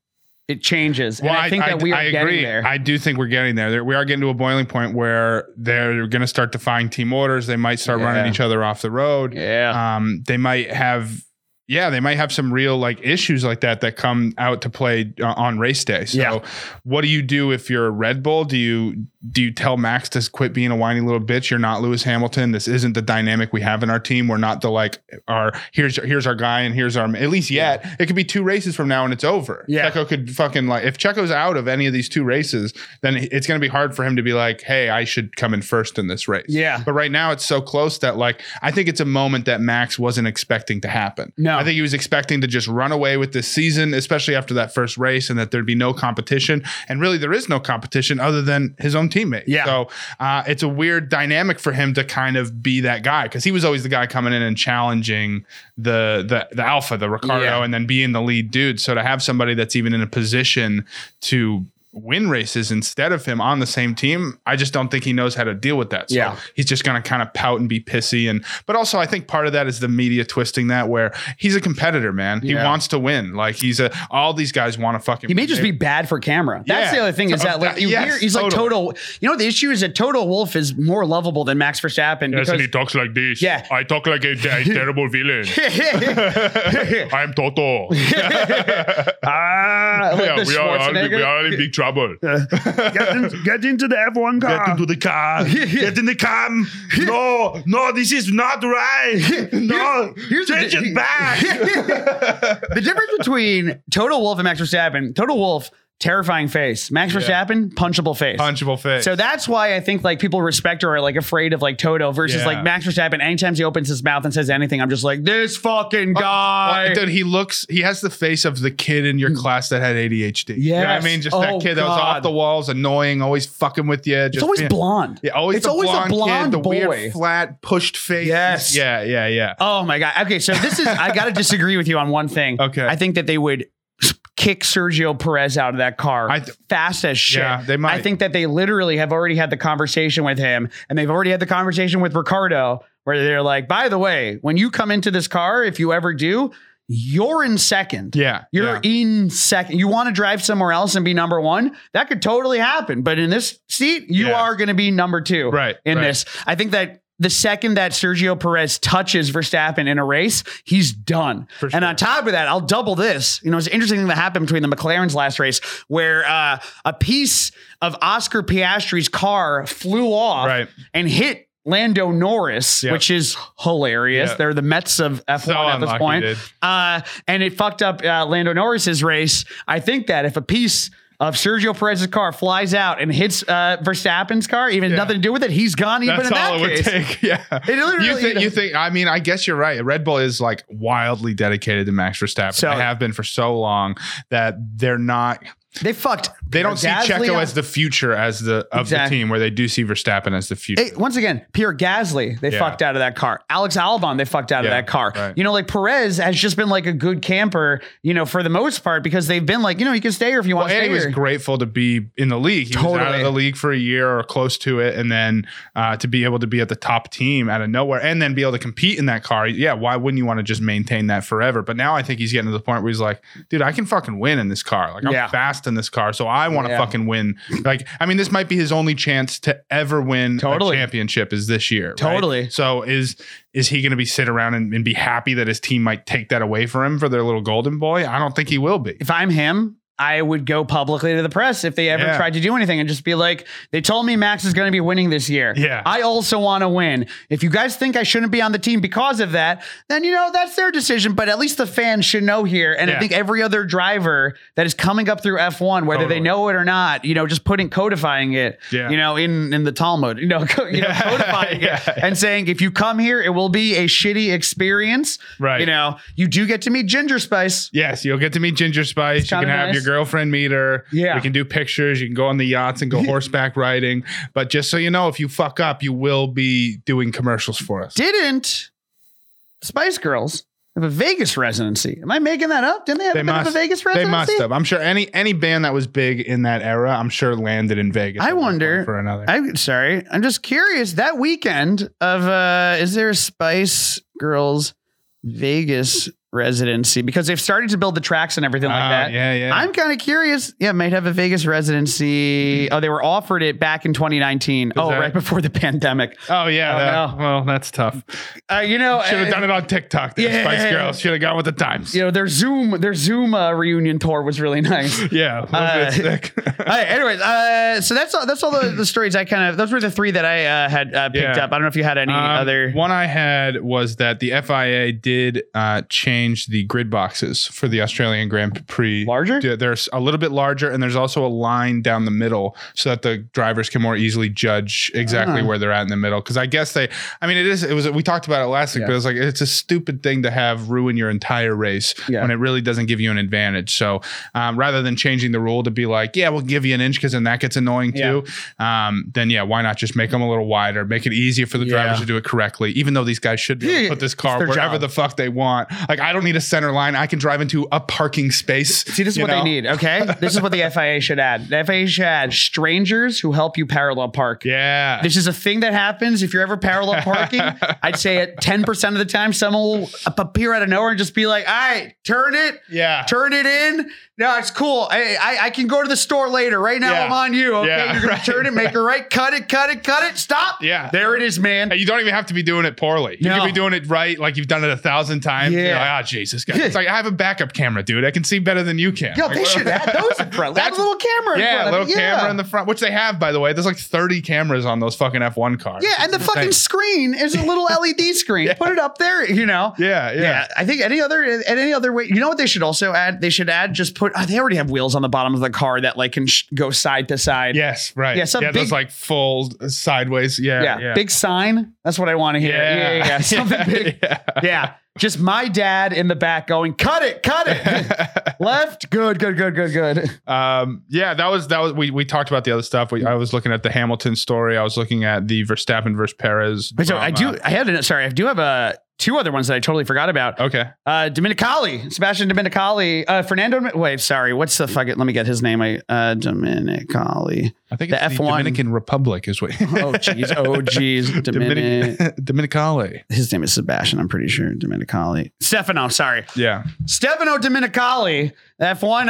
B: it changes. and I think that we are
C: I
B: getting there.
C: I do think we're getting there. There- We are getting to a boiling point where they're going to start defying team orders. They might start
B: Yeah.
C: running each other off the road.
B: yeah.
C: Um, they might have, yeah, they might have some real like issues like that that come out to play uh, on race day. So,
B: Yeah.
C: what do you do if you're a Red Bull? Do you do you tell Max to quit being a whiny little bitch? You're not Lewis Hamilton. This isn't the dynamic we have in our team. We're not the like our here's here's our guy and here's our at least yet. It could be two races from now and it's over.
B: Yeah.
C: Checo could fucking like if Checo's out of any of these two races, then it's going to be hard for him to be like, hey, I should come in first in this race.
B: Yeah.
C: But right now it's so close that like I think it's a moment that Max wasn't expecting to happen.
B: No.
C: I think he was expecting to just run away with this season, especially after that first race, and that there'd be no competition. And really, there is no competition other than his own teammate.
B: Yeah.
C: So uh, it's a weird dynamic for him to kind of be that guy because he was always the guy coming in and challenging the the the alpha, the Ricardo,
B: Yeah.
C: and then being the lead dude. So to have somebody that's even in a position to win races instead of him on the same team, I just don't think he knows how to deal with that. So
B: Yeah.
C: he's just going to kind of pout and be pissy and but also I think part of that is the media twisting that where he's a competitor, man. He
B: Yeah.
C: wants to win. Like he's a all these guys want to fucking
B: He may
C: win.
B: just be bad for camera. That's
C: Yeah.
B: the other thing is
C: So,
B: that like,
C: that-
B: you
C: yes,
B: hear he's like
C: totally.
B: total. You know the issue is that Toto Wolf is more lovable than Max Verstappen because
C: talks like this.
B: Yeah.
C: I talk like a,
B: *laughs*
C: a terrible villain. I'm Toto.
B: *laughs*
A: *laughs*
B: ah, like the Schwarzenegger.
C: in big trouble.
A: Get, in, get into the F1 car. Get into the car.
B: *laughs*
A: get in the car. No, no, this is not
B: *laughs*
A: right. No,
B: here's the
A: change
B: di-
A: it
B: *laughs*
A: back.
C: *laughs*
B: the difference between Total Wolf and Max Verstappen, Total Wolf, terrifying face. Max Verstappen, punchable face.
C: Punchable face.
B: So that's why I think like people respect or are like afraid of like Toto versus
C: Yeah.
B: like Max Verstappen. Anytime he opens his mouth and says anything, I'm just like, this fucking guy.
C: Well, dude, Oh, he looks. He has the face of the kid in your class that had ADHD. You know what
B: Mm. Yes.
C: I mean, just
B: Oh,
C: that kid that was
B: God.
C: off the walls, annoying, always fucking with you. Just
B: it's always
C: being-
B: blonde.
C: Yeah, always.
B: it's
C: the
B: always
C: blonde
B: a blonde
C: kid, the
B: boy.
C: weird, flat, pushed face.
B: Yes.
C: Yeah. Yeah. Yeah.
B: Oh my god. Okay, so this is I got to disagree with you on one
C: *laughs*
B: thing.
C: Okay.
B: I think that they would kick Sergio Perez out of that car
C: I th-
B: fast as shit.
C: Yeah, they might.
B: I think that they literally have already had the conversation with him and they've already had the conversation with Ricardo where they're like, "By the way, when you come into this car, if you ever do, you're in second.
C: Yeah.
B: You're in second. You want to drive somewhere else and be number one? That could totally happen. But in this seat, you
C: Yeah.
B: are going to be number two
C: Right,
B: in
C: right.
B: this. I think that the second that Sergio Perez touches Verstappen in a race, he's done.
C: For
B: And
C: sure.
B: on top of that, I'll double this. You know, it's an interesting thing that happened between the McLaren's last race where uh, a piece of Oscar Piastri's car flew off
C: Right.
B: and hit. Lando Norris,
C: Yeah.
B: which is hilarious.
C: Yeah.
B: They're the Mets of F1
C: So
B: at this
C: unlucky,
B: point.
C: dude.
B: Uh, and it fucked up uh, Lando Norris's race. I think that if a piece of Sergio Perez's car flies out and hits uh, Verstappen's car, even
C: Yeah.
B: nothing to do with it, he's gone. Even
C: That's
B: in that
C: all it would
B: case,
C: take. *laughs* Yeah.
B: literally-
C: you think you think I mean, I guess you're right. Red Bull is like wildly dedicated to Max Verstappen.
B: So-
C: they have been for so long that they're not
B: they fucked.
C: they don't see
B: Gasly
C: Checo
B: on-
C: as the future as the of
B: Exactly.
C: the team where they do see Verstappen as the future.
B: Hey, once again, Pierre Gasly, they
C: Yeah.
B: fucked out of that car. Alex Albon, they fucked out of
C: Yeah,
B: that car.
C: right.
B: You know, like Perez has just been like a good camper, you know, for the most part, because they've been like, you know, you can stay here if you
C: Well,
B: want to
C: and
B: stay
C: he was
B: here.
C: grateful to be in the league. He was out
B: Totally.
C: of the league for a year or close to it, and then uh, to be able to be at the top team out of nowhere, and then be able to compete in that car. Yeah, why wouldn't you want to just maintain that forever? But now I think he's getting to the point where he's like, dude, I can fucking win in this car. Like I'm
B: Yeah.
C: fast in this car, so I want to
B: Yeah.
C: fucking win. Like I mean, this might be his only chance to ever win
B: Totally.
C: a championship is this year. right?
B: Totally.
C: So is is he going to be sit around and, and be happy that his team might take that away from him for their little golden boy? I don't think he will be.
B: if I'm him, I would go publicly to the press if they ever
C: Yeah.
B: tried to do anything and just be like, they told me Max is going to be winning this year.
C: Yeah.
B: I also want to win. If you guys think I shouldn't be on the team because of that, then, you know, that's their decision. But at least the fans should know here. And I
C: Yeah.
B: think every other driver that is coming up through F1, whether they
C: Totally.
B: know it or not, you know, just putting codifying it,
C: Yeah.
B: you know, in, in the Talmud, you know, *laughs* co- you know
C: Yeah. *laughs*
B: codifying
C: Yeah.
B: it and saying, if you come here, it will be a shitty experience.
C: Right.
B: You know, you do get to meet Ginger Spice.
C: Yes, you'll get to meet Ginger Spice. You can
B: kinda
C: have
B: nice.
C: your girlfriend meet her.
B: Yeah.
C: We can do pictures. You can go on the yachts
B: *laughs*
C: and go horseback riding. But just so you know, if you fuck up, you will be doing commercials for us.
B: didn't Spice Girls have a Vegas residency? Am I making that up? Didn't they have
C: They
B: a, bit of a
C: must,
B: Vegas
C: they
B: residency?
C: must have. I'm sure any any band that was big in that era, I'm sure landed in Vegas.
B: I
C: at one
B: wonder-
C: point for another.
B: I'm sorry. I'm just curious. That weekend of uh is there a Spice Girls Vegas residency? Because they've started to build the tracks and everything like
C: Ah,
B: that.
C: Yeah, yeah.
B: I'm kind of curious. Yeah, might have a Vegas residency. Oh, they were offered it back in 2019. Oh,
C: that-
B: right before the pandemic.
C: oh yeah.
B: Oh,
C: that-
B: no.
C: Well, that's tough.
B: Uh, you know,
C: Should have
B: uh,
C: done it on TikTok. There,
B: Yeah.
C: Spice Girls should have gone with the times.
B: You know, their Zoom, their Zoom uh, reunion tour was really *laughs* nice.
C: Yeah.
B: Uh,
C: sick. *laughs*
B: all right, anyways, uh, so that's all. That's all the, the stories I kind of. Those were the three that I uh, had uh, picked
C: Yeah.
B: up. I don't know if you had any
C: Um,
B: other.
C: one I had was that the FIA did uh, change the grid boxes for the Australian Grand Prix.
B: Larger?
C: Yeah, There's a little bit larger, and there's also a line down the middle so that the drivers can more easily judge exactly
B: Ah.
C: where they're at in the middle. Because I guess they, I mean, it is. It was we talked about it last week,
B: Yeah.
C: but it's like it's a stupid thing to have ruin your entire race
B: Yeah.
C: when it really doesn't give you an advantage. So um, rather than changing the rule to be like, yeah, we'll give you an inch because then that gets annoying too. Um, then yeah, why not just make them a little wider, make it easier for the drivers
B: Yeah.
C: to do it correctly, even though these guys should be able
B: Yeah,
C: to put this
B: it's
C: car
B: their
C: wherever
B: job.
C: the fuck they want. Like I don't need a center line. I can drive into a parking space.
B: See, this is
C: you
B: what
C: know?
B: they need. Okay, this is
C: *laughs*
B: what the FIA should add. The FIA should add strangers who help you parallel park.
C: Yeah.
B: This is a thing that happens if you're ever parallel
C: *laughs*
B: parking. I'd say at 10% of the time, someone will appear out of nowhere and just be like, all right, turn it,
C: yeah.
B: turn it in. No, it's cool. I, I, I can go to the store later. Right now,
C: Yeah.
B: I'm on you. Okay,
C: Yeah,
B: you're gonna
C: right,
B: turn it, make a right, cut it, cut it, cut it, stop.
C: Yeah.
B: there it is, man.
C: And You don't even have to be doing it poorly. You
B: No.
C: can be doing it right, like you've done it a thousand times. You're
B: Yeah.
C: like, oh, Jesus, guy. It's like I have a backup camera, dude. I can see better than you can.
B: Yo,
C: Like,
B: they
C: what-
B: should add those in front. Add a
C: That's-
B: little camera in
C: *laughs* Yeah,
B: front.
C: little
B: of it. yeah.
C: camera in the front, which they have, by the way. There's like 30 cameras on those fucking F1 cars.
B: Yeah, and the fucking
C: Thanks.
B: screen is a little LED
C: *laughs*
B: screen. Put it up there, you know.
C: Yeah, yeah.
B: I think any other and any other way. You know what they should also add? They should add just put. Oh, they already have wheels on the bottom of the car that like can sh- go side to side.
C: Yes, right.
B: Yeah,
C: Yeah,
B: some big-
C: those like full sideways. Yeah,
B: yeah.
C: yeah,
B: Big sign. That's what I want to hear.
C: Yeah, *laughs*
B: yeah, yeah. Something big.
C: yeah.
B: Yeah. Just my dad in the back going, cut it,
C: *laughs*
B: cut *laughs* it. Left. Good, good, good, good, good.
C: Um, yeah, that was that was we we talked about the other stuff. We, I was looking at the Hamilton story. I was looking at the Verstappen versus Perez.
B: But so I
C: drama.
B: do I had an, sorry, I do have uh two other ones that I totally forgot about.
C: Okay.
B: Uh, Dominicali, Sebastian Dominicali, uh, Fernando. Wait, sorry. What's the fuck? It, let me get his name. I uh, Dominicali.
C: I think
B: The
C: it's the
B: F1.
C: Dominican Republic is what. *laughs*
B: *laughs* Oh jeez. Oh jeez. Dominic.
C: Dominic- *laughs* Dominicale.
B: His name is Sebastian. I'm pretty sure Dominicali. Stefano. Sorry.
C: Yeah.
B: Stefano Dominicali, F1,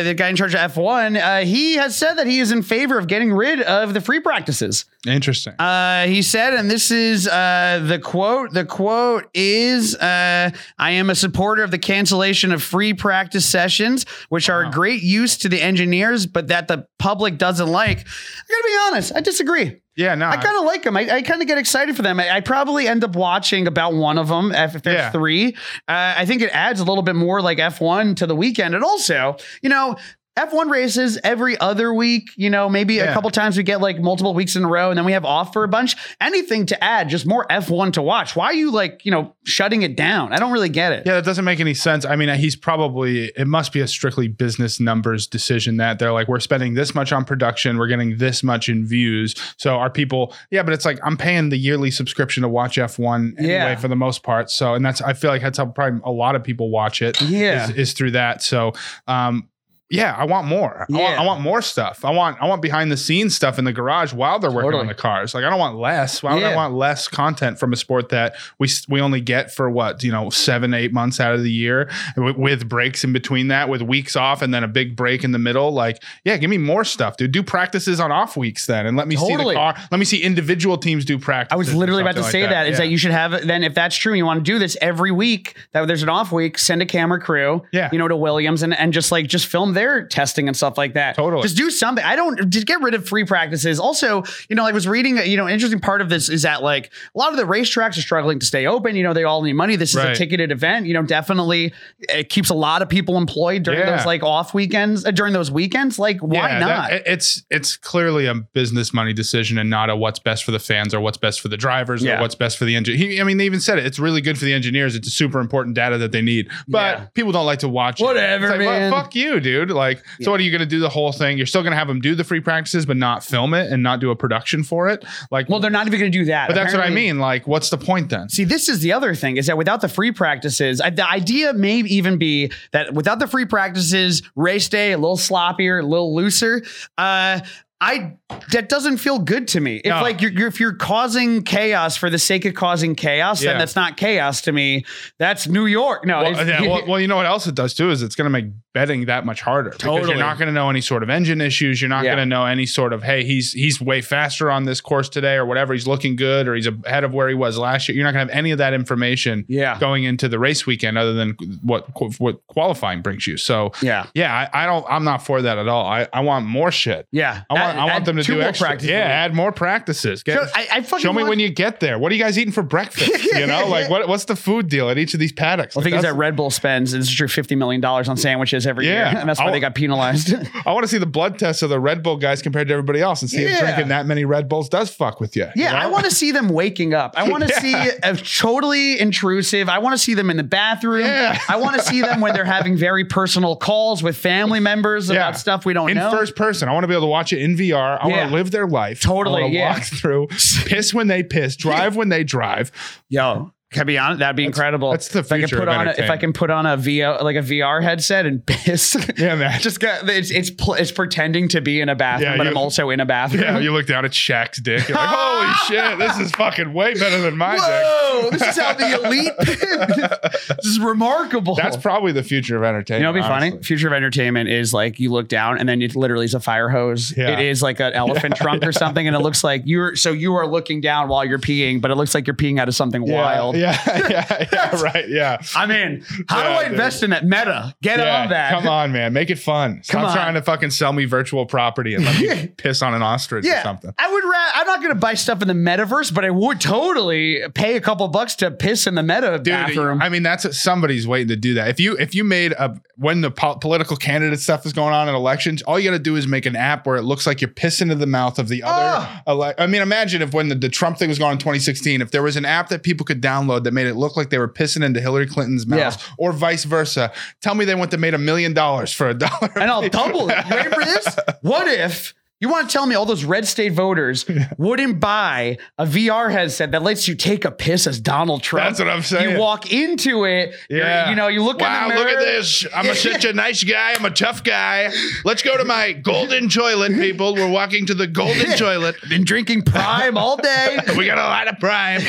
B: uh, the guy in charge of F1, uh, he has said that he is in favor of getting rid of the free practices.
C: Interesting.
B: Uh, he said, and this is uh, the quote. The quote is, uh, "I am a supporter of the cancellation of free practice sessions, which are a
C: Wow.
B: great use to the engineers, but that the public doesn't like." I gotta be honest, I disagree.
C: yeah. No.
B: I kind of like them. I, I kind of get excited for them. I, I probably end up watching about one of them if, if there's
C: Yeah.
B: three. Uh, I think it adds a little bit more like F1 to the weekend. And also, you know, F1 races every other week, you know, maybe a
C: Yeah.
B: couple times we get like multiple weeks in a row and then we have off for a bunch. Anything to add, just more F1 to watch. Why are you like, you know, shutting it down? I don't really get it.
C: Yeah, that doesn't make any sense. I mean, he's probably it must be a strictly business numbers decision that they're like, we're spending this much on production, we're getting this much in views. So our people, yeah, but it's like I'm paying the yearly subscription to watch F1 anyway
B: Yeah.
C: for the most part. So and that's I feel like that's how probably a lot of people watch it.
B: Yeah.
C: Is, is through that. So um yeah, I want more. I, want,
B: Yeah.
C: I want more stuff. I want I want behind the scenes stuff in the garage while they're working on
B: Totally.
C: the cars. Like I don't want less. Why would I
B: Yeah.
C: want less content from a sport that we s- we only get for what you know seven eight months out of the year with, with breaks in between that, with weeks off and then a big break in the middle? Like yeah, give me more stuff, dude. Do practices on off weeks then, and let me see the
B: Totally.
C: car. Let me see individual teams do practice.
B: I was literally about to say that is that you should have then if that's true and you want to do this every week that there's an off week send a camera crew
C: Yeah.
B: you know to Williams and and just like just film their testing and stuff like that
C: Totally.
B: just do something I don't just get rid of free practices also you know I was reading you know interesting part of this is that like a lot of the racetracks are struggling to stay open you know they all need money this is
C: Right.
B: a ticketed event you know definitely it keeps a lot of people employed during
C: Yeah.
B: those like off weekends uh, during those weekends like why
C: Yeah, that-
B: not
C: it- it's it's clearly a business money decision and not a what's best for the fans or what's best for the drivers or
B: Yeah.
C: what's best for the engineer. I mean, they even said it. It's really good for the engineers. It's super important data that they need, but
B: Yeah.
C: people don't like to watch. it.
B: Whatever,
C: It's like, well,
B: man.
C: fuck you, dude. Like, so what are you going to do the whole thing? You're still going to have them do the free practices, but not film it and not do a production for it. Like,
B: well they're not even going to do that
C: but that's what I
B: Apparently-
C: mean. Like, what's the point then?
B: See, this is the other thing is that without the free practices, I, the idea may even be that without the free practices, race day a little sloppier, a little looser. Uh, I that doesn't feel good to me. If
C: No.
B: like you're, you're if you're causing chaos for the sake of causing chaos,
C: Yeah.
B: then that's not chaos to me. That's New York. No,
C: Well,
B: it's-
C: yeah, well, well, you know what else it does too is it's going to make betting that much harder. Because you're
B: Totally.
C: not going to know any sort of engine issues. You're not
B: Yeah.
C: going to know any sort of hey, he's he's way faster on this course today or whatever. He's looking good or he's ahead of where he was last year. You're not going to have any of that information
B: *laughs* yeah,
C: going into the race weekend other than what what qualifying brings you. So
B: yeah,
C: yeah, I, I don't. I'm not for that at all. I, I want more shit.
B: yeah.
C: I want,
B: Add-
C: I want
B: add
C: them to
B: two
C: do
B: more
C: extra.
B: practices.
C: Yeah, add more practices. Get,
B: So I, I fucking
C: Show me
B: want-
C: when you get there. What are you guys eating for
B: *laughs*
C: breakfast? You know, like what, what's the food deal at each of these paddocks?
B: The
C: Like,
B: thing is
C: that's-
B: that Red Bull spends, and this is true, fifty million dollars on sandwiches every
C: Yeah.
B: year, *laughs* and that's why
C: I'll-
B: they got penalized. *laughs*
C: I want to see the blood tests of the Red Bull guys compared to everybody else and see if
B: Yeah.
C: drinking that many Red Bulls does fuck with you.
B: Yeah, I want to see them waking up. I want to
C: *laughs* Yeah.
B: see a totally intrusive. I want to see them in the bathroom.
C: Yeah.
B: I want to see them when they're having very personal calls with family members
C: Yeah.
B: about stuff we don't
C: in
B: know.
C: first person. I want to be able to watch it in VR. I want
B: Yeah.
C: to live their life.
B: Totally,
C: I want to
B: yeah.
C: walk through, piss when they piss, drive when they drive.
B: Yo, can I be honest? That'd be incredible.
C: that's the
B: if I can
C: future
B: put
C: of
B: on a, if I
C: entertainment.
B: can put on a VO like a VR headset and piss.
C: *laughs* Yeah, man.
B: *laughs* Just got it's it's pl- it's pretending to be in a bathroom,
C: Yeah,
B: but
C: you-
B: I'm also in a bathroom.
C: Yeah,
B: *laughs*
C: you look down at Shaq's dick. You're like, holy shit, this is fucking way better than my dick.
B: Whoa! This is how
C: *laughs*
B: the elite. this is remarkable.
C: That's probably the future of
B: You know,
C: entertainment.
B: it'd be funny.
C: honestly.
B: Future of entertainment is like you look down and then it literally is a fire hose.
C: Yeah.
B: It is like an
C: *laughs*
B: elephant trunk or something, and it looks like you're so you are looking down while you're peeing, but it looks like you're peeing out of something
C: Yeah,
B: wild.
C: Yeah, *laughs* yeah,
B: *laughs*
C: yeah, right. Yeah.
B: I'm in. How
C: Yeah,
B: do I
C: dude.
B: invest in that meta? Get
C: Yeah,
B: on that.
C: Come on, man. Make it fun. Stop
B: on.
C: trying to fucking sell me virtual property and let
B: *laughs*
C: me piss on an ostrich or
B: Yeah,
C: something.
B: I would. Ra- I'm not going to buy stuff in the metaverse, but I would totally pay a couple bucks to piss in the meta
C: Dude,
B: bathroom.
C: I mean, that's somebody's waiting to do that. If you if you made a when the po- political candidate stuff is going on in elections, all you got to do is make an app where it looks like you're pissing into the mouth of the other.
B: Ah!
C: ele- I mean, imagine if when the, the Trump thing was going on in 2016, if there was an app that people could download that made it look like they were pissing into Hillary Clinton's mouth,
B: Yeah.
C: or vice versa.
B: *laughs*
C: Tell me they wouldn't have made a million dollars for a dollar. *laughs*
B: and I'll double it. You ready for this? What if You want to tell me all those red
C: *laughs*
B: state voters wouldn't buy a VR headset that lets you take a piss as Donald Trump?
C: That's what I'm saying.
B: You walk into it, yeah.
C: Yeah.
B: you know, you look
A: Wow,
B: in the mirror.
A: look at this.
B: *laughs*
A: I'm a, such a nice guy. I'm a tough guy. Let's go to my golden toilet, people. We're walking to the
B: *laughs*
A: golden toilet.
B: Been drinking Prime
C: *laughs*
B: all day.
A: We got a lot of
B: *laughs*
A: prime.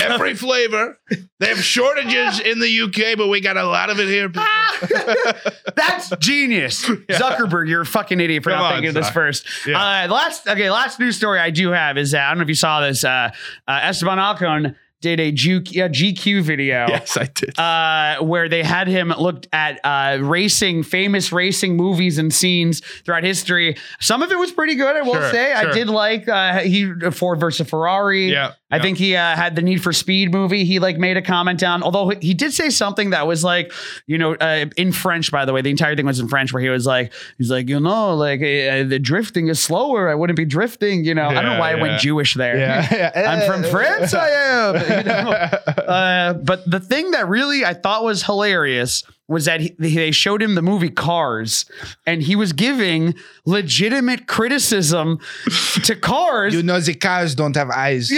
A: Every flavor. They have shortages in the UK, but we got a lot of it here. people.
B: That's
C: *laughs*
B: genius, Zuckerberg. You're a fucking idiot for
C: Come
B: not
C: on,
B: thinking of this
C: Zuck.
B: first.
C: Yeah.
B: Uh, last, okay, last news story I do have is uh, I don't know if you saw this. Uh, uh, Esteban Alcon did a GQ, uh,
C: *laughs*
B: GQ video.
C: Yes, I did.
B: uh, where they had him looked at uh, racing, famous racing movies and scenes throughout history. Some of it was pretty good, I will
C: Sure,
B: say. I
C: sure.
B: did like uh, he Ford versus Ferrari.
C: Yeah,
B: I
C: yeah.
B: think he uh, had the Need for Speed movie. He like made a comment on, although he- he did say something that was like, you know, uh, in French. By the way, the entire thing was in French, where he was like, he's like, you know, like uh, the drifting is slower. I wouldn't be drifting. You know, I don't know
C: Yeah,
B: why I
C: yeah.
B: went Jewish there. *laughs*
C: *laughs* Yeah.
B: I'm from France. I am. You
D: *laughs*
B: know? Uh, but the thing that really I thought was hilarious was that he, they showed him the movie Cars, and he was giving legitimate criticism to Cars. *laughs*
C: know, the cars don't have eyes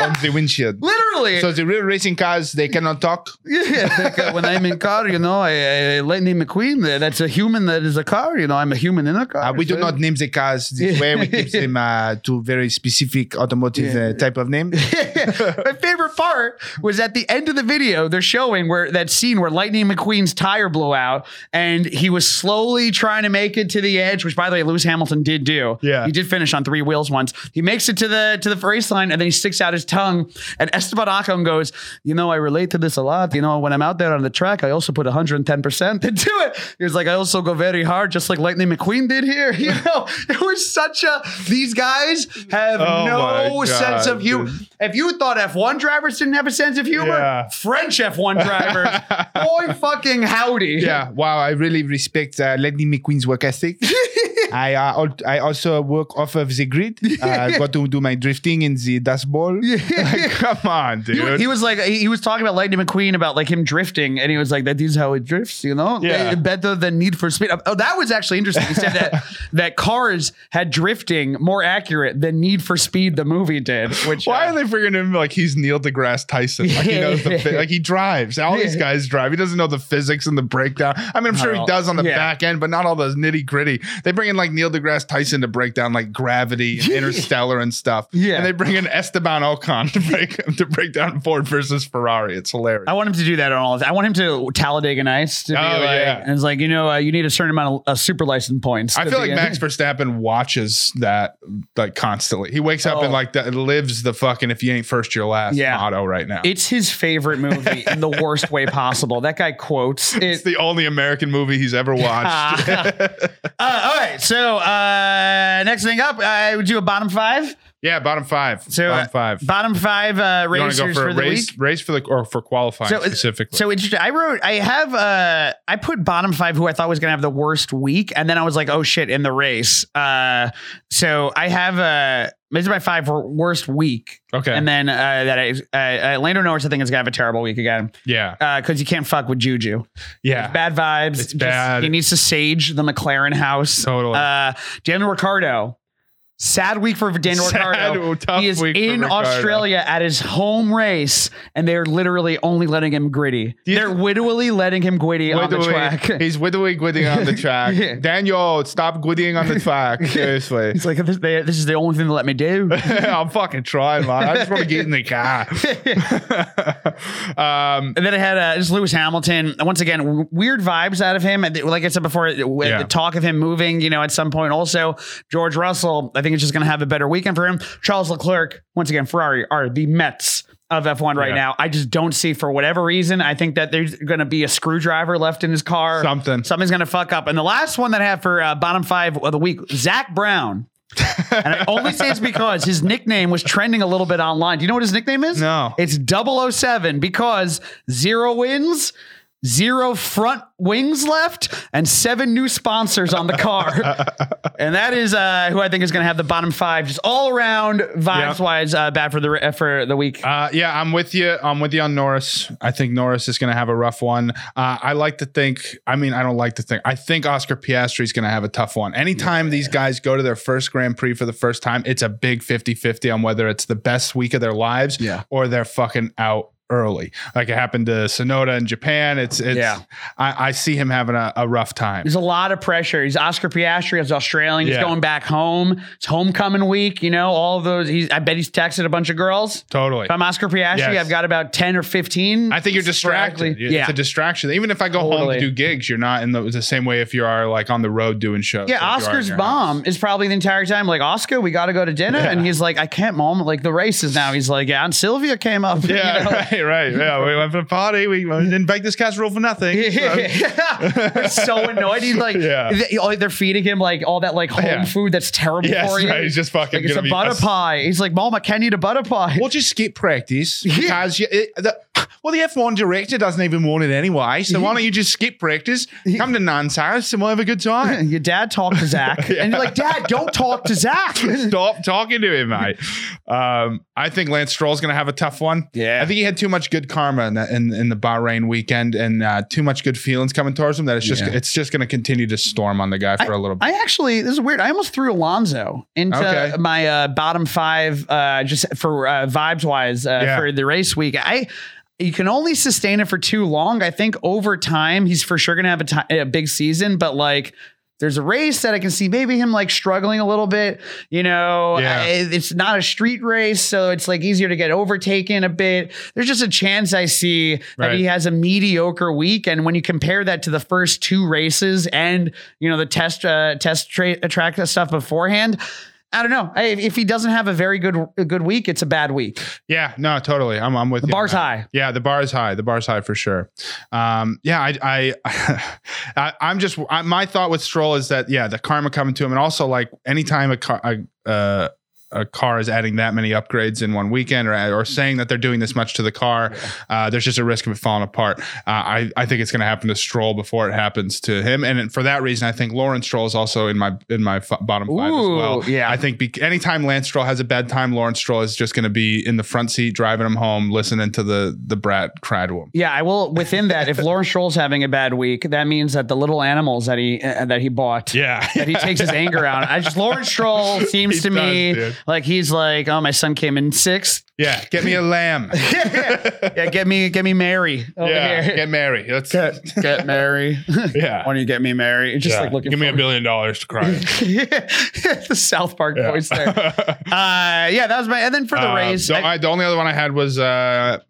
C: on the windshield.
B: Literally,
C: the real racing cars, they cannot talk.
B: *laughs* yeah, like, uh, when I'm in car, you know, I, I Lightning McQueen. uh, That's a human. That is a car. You know, I'm a human in a car.
D: Uh, we do
B: So-
D: not name the cars this way. We keep them uh, to very specific automotive uh, type of name.
B: *laughs* My favorite part was at the end of the video, they're showing where that scene where Lightning McQueen's tire blew out and he was slowly trying to make it to the edge, which by the way, Lewis Hamilton did do.
C: Yeah.
B: He did finish on three wheels once. He makes it to the to the race line and then he sticks out his tongue. And Esteban Ocon goes, You know, I relate to this a lot. You know, when I'm out there on the track, I also put 110% *laughs* into it. He was like, I also go very hard, just like Lightning McQueen did here. *laughs* You know, it was such a these guys have
C: Oh
B: no
C: my
B: sense
C: God,
B: of humor.
C: dude.
B: If you thought F1 drivers didn't have a sense of humor,
C: Yeah.
B: French F1
C: *laughs*
B: drivers, boy fucking howdy.
D: Yeah, wow, I really respect uh, Lightning McQueen's work
B: *laughs*
D: ethic. I uh, al- I also work off of the grid. Uh, I got to do my drifting in the dust bowl.
C: *laughs* Like, come on, dude.
B: He, he was like, he he was talking about Lightning McQueen about like him drifting, and he was like, "That is how it drifts, you know,
C: Yeah.
B: Eh, better than Need for Speed." Oh, that was actually interesting. He said
C: *laughs*
B: that that cars had drifting more accurate than Need for Speed the movie did. Which
C: Why
B: uh,
C: are they figuring him like he's Neil deGrasse Tyson? Like he knows the fi- like he drives. All these guys drive. He doesn't know the physics and the breakdown. I mean, I'm sure
B: all.
C: he does on the
B: Yeah.
C: back end, but not all those nitty gritty. They bring in like Neil deGrasse Tyson to break down like gravity, and interstellar, and stuff.
B: Yeah.
C: and they bring in Esteban Ocon to break to break down Ford versus Ferrari. It's hilarious.
B: I want him to do that on all of it. I want him to Talladega Nights to be
C: Oh,
B: like,
C: yeah.
B: and it's like, you know, uh, you need a certain amount of uh, super license points.
C: I
B: to
C: feel
B: be
C: like
B: in-
C: Max Verstappen watches that like constantly. He wakes up
B: Oh.
C: and like that lives the fucking if you ain't first you're last
B: Yeah.
C: motto right now.
B: It's his favorite movie in the worst way possible. That guy quotes
C: *laughs* it's
B: it.
C: the only American movie he's
B: *laughs*
C: ever watched.
B: Uh, all right, so uh, next thing up, I would do a bottom five.
C: Yeah, bottom five.
B: So
C: bottom
B: uh,
C: five.
B: bottom five uh,
C: you want to
B: racers
C: go for,
B: for,
C: a
B: the
C: race,
B: week.
C: race for the or for qualifying
B: So, uh,
C: specifically.
B: So interesting. I wrote, I have, uh, I put bottom five who I thought was going to have the worst week, and then I was like, oh shit, in the race. Uh, so I have, uh, this is my five worst week,
C: okay.
B: and then uh, that I, uh, uh, Lando Norris, I think is going to have a terrible week again
C: yeah.
B: because you can't fuck with Juju.
C: Yeah.
B: Bad vibes.
C: It's bad.
B: He needs to sage the McLaren house.
C: Totally.
B: Uh, Daniel Ricciardo. Sad week for Daniel
C: Sad,
B: Ricciardo.
C: tough
B: he is
C: week for
B: in
C: Ricciardo.
B: Australia at his home race, and they're literally only letting him gritty.
C: Do you
B: They're
C: think-
B: wittily letting him gritty on the
C: Widowing-
B: track.
C: He's widowing gwiddying
B: *laughs*
C: on the track.
B: Yeah.
C: Daniel, stop gwiddying on the
B: *laughs*
C: track. Seriously. *laughs*
B: *laughs* He's like, this, they- this is the only thing they let me do.
C: I'm fucking trying, man. I just want to get in the
B: *laughs*
C: car. *laughs* um,
B: And then I had uh, just Lewis Hamilton. Once again, w- weird vibes out of him. And th- Like I said before, with
C: Yeah.
B: the talk of him moving, you know, at some point. Also, George Russell, I think it's just going to have a better weekend for him. Charles Leclerc, once again, Ferrari are the Mets of F1 right
C: Yeah.
B: now. I just don't see, for whatever reason, I think that there's going to be a screwdriver left in his car.
C: Something.
B: Something's going to fuck up. And the last one that I have for uh, bottom five of the week, Zach Brown. and I only say it's because his nickname was trending a little bit oh online. Do you know what his nickname is?
C: No.
B: It's 007 because zero wins, zero front wings left, and seven new sponsors on the car. and that is uh, who I think is going to have the bottom five, just all around vibes wise, uh, bad for the uh, for the week.
C: Uh, yeah, I'm with you. I'm with you on Norris. I think Norris is going to have a rough one. Uh, I like to think. I mean, I don't like to think. I think Oscar Piastri is going to have a tough one. Anytime these guys go to their first Grand Prix for the first time, it's a big 50-50 on whether it's the best week of their lives
B: Yeah.
C: or they're fucking out early. Like it happened to Sonoda in Japan. It's it's.
B: Yeah.
C: I, I see him having a, a rough time.
B: There's a lot of pressure. He's Oscar Piastri. He's Australian. He's
C: Yeah.
B: going back home. It's homecoming week. You know, all of those. He's, I bet he's texted a bunch of girls.
C: Totally.
B: If I'm Oscar Piastri,
C: Yes.
B: I've got about 10 or 15.
C: I think you're distracted.
B: Sporadically. Yeah.
C: It's a distraction. Even if I go home
B: Totally.
C: to do gigs, you're not in the, the same way if you are like on the road doing shows.
B: yeah,
C: as you are in
B: Oscar's
C: your
B: mom
C: house.
B: is probably the entire time like, Oscar, we got to go to dinner. And he's like, I can't, mom. Like, the race is now. He's like, Aunt Sylvia came up. *laughs* you
C: Yeah, *laughs*
B: know?
C: right, right. Yeah, we went for a party. We didn't bake this casserole for
B: *laughs*
C: nothing. So-
B: We're so annoyed. He's like,
C: Yeah.
B: they, oh, they're feeding him like all that like home
C: Yeah.
B: food that's terrible
C: Yes,
B: for you.
C: right. He's just fucking
B: like, it's
C: gonna be
B: a butter
C: us.
B: pie. He's like, Mom, I can't eat a butter pie.
C: We'll just skip practice because you, it, the, well, the F1 director doesn't even want it anyway. So why don't you just skip practice? Come to Nan's house and we'll have a good time.
B: *laughs* Your dad talked
C: *laughs*
B: to Zach, and you're like, Dad, don't talk to Zach.
C: Stop talking to him, mate. Um, I think Lance Stroll's going to have a tough one.
B: Yeah.
C: I think he had too much good karma in the, in, in the Bahrain weekend and uh, too much good feelings coming towards him. That it's just
B: Yeah.
C: it's just going to continue to storm on the guy for a little bit.
B: I actually, this is weird. I almost threw Alonzo into
C: Okay.
B: my uh, bottom five, uh, just for uh, vibes wise, uh,
C: Yeah.
B: for the race week. I. You can only sustain it for too long. I think over time, he's for sure going to have a, ti- a big season, but like, there's a race that I can see maybe him like struggling a little bit. You know,
C: Yeah.
B: I- it's not a street race, so it's like easier to get overtaken a bit. There's just a chance I see that
C: Right.
B: he has a mediocre week, and when you compare that to the first two races and you know the test uh, test tra- track stuff beforehand. I don't know. I, if he doesn't have a very good a good week, it's a bad week.
C: yeah, no, totally. I'm, I'm with the you. on
B: Bar's
C: that.
B: high.
C: Yeah, the bar is high. The bar is high for sure. Um, yeah, I, I, *laughs* I, I'm just I, my thought with Stroll is that yeah, the karma coming to him, and also like anytime a car, a, uh, a car is adding that many upgrades in one weekend, or or saying that they're doing this much to the car, uh, there's just a risk of it falling apart. Uh, I, I think it's going to happen to Stroll before it happens to him, and then for that reason, I think Lauren Stroll is also in my in my f- bottom five
B: Ooh,
C: as well.
B: yeah.
C: I think bec anytime Lance Stroll has a bad time, Lauren Stroll is just going to be in the front seat driving him home, listening to the the brat cry to him.
B: Yeah, I will. Within that, if Lawrence Stroll's having a bad week, that means that the little animals that he uh, that he bought,
C: Yeah.
B: that he takes his anger out. I just Lawrence Stroll
C: *laughs*
B: seems
C: He
B: to me
C: does, dude.
B: like he's like, oh, my son came in sixth.
C: *laughs* Yeah, get me a
B: *laughs*
C: lamb.
B: Yeah, get me get me Mary over
C: yeah,
B: here.
C: get Mary. That's
B: Get, get Mary.
C: *laughs*
B: *laughs*
C: yeah.
B: Why don't you get me Mary? It's just
C: Yeah.
B: like looking
C: Give me
B: for
C: a billion dollars to *laughs*
B: *laughs*
C: cry.
B: the South Park
C: Yeah. *laughs*
B: voice there. Uh, yeah, that was my. And then for the
C: Uh,
B: race,
C: the,
B: I-
C: I- the only other one I had was uh,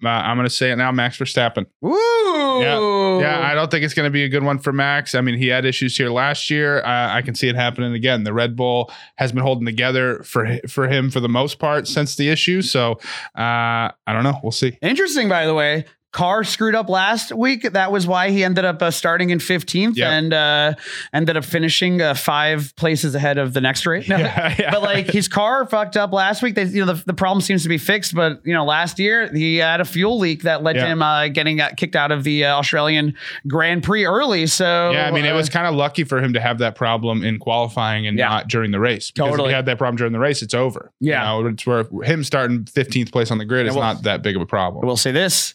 C: uh, I'm going to say it now, Max Verstappen.
B: ooh,
C: Yeah, yeah. I don't think it's going to be a good one for Max. I mean, he had issues here last year. Uh, I can see it happening again. The Red Bull has been holding together for for him for the most part since the issue. So uh, I don't know. We'll see.
B: Interesting, by the way. Carr screwed up last week. That was why he ended up uh, starting in 15th
C: Yeah.
B: and uh, ended up finishing uh, five places ahead of the next race.
C: *laughs*
B: No.
C: yeah.
B: *laughs* But like his car fucked up last week. They, you know, the, the problem seems to be fixed. But you know, last year he had a fuel leak that led to
C: Yeah.
B: him uh, getting uh, kicked out of the uh, Australian Grand Prix early. So
C: Yeah, I mean, it
B: uh,
C: was kind of lucky for him to have that problem in qualifying and
B: Yeah.
C: not during the race. Because if
B: Totally.
C: he had that problem during the race, it's over.
B: Yeah.
C: You know, it's where him starting 15th place on the grid is
B: well-
C: not that big of a problem.
B: I will say this: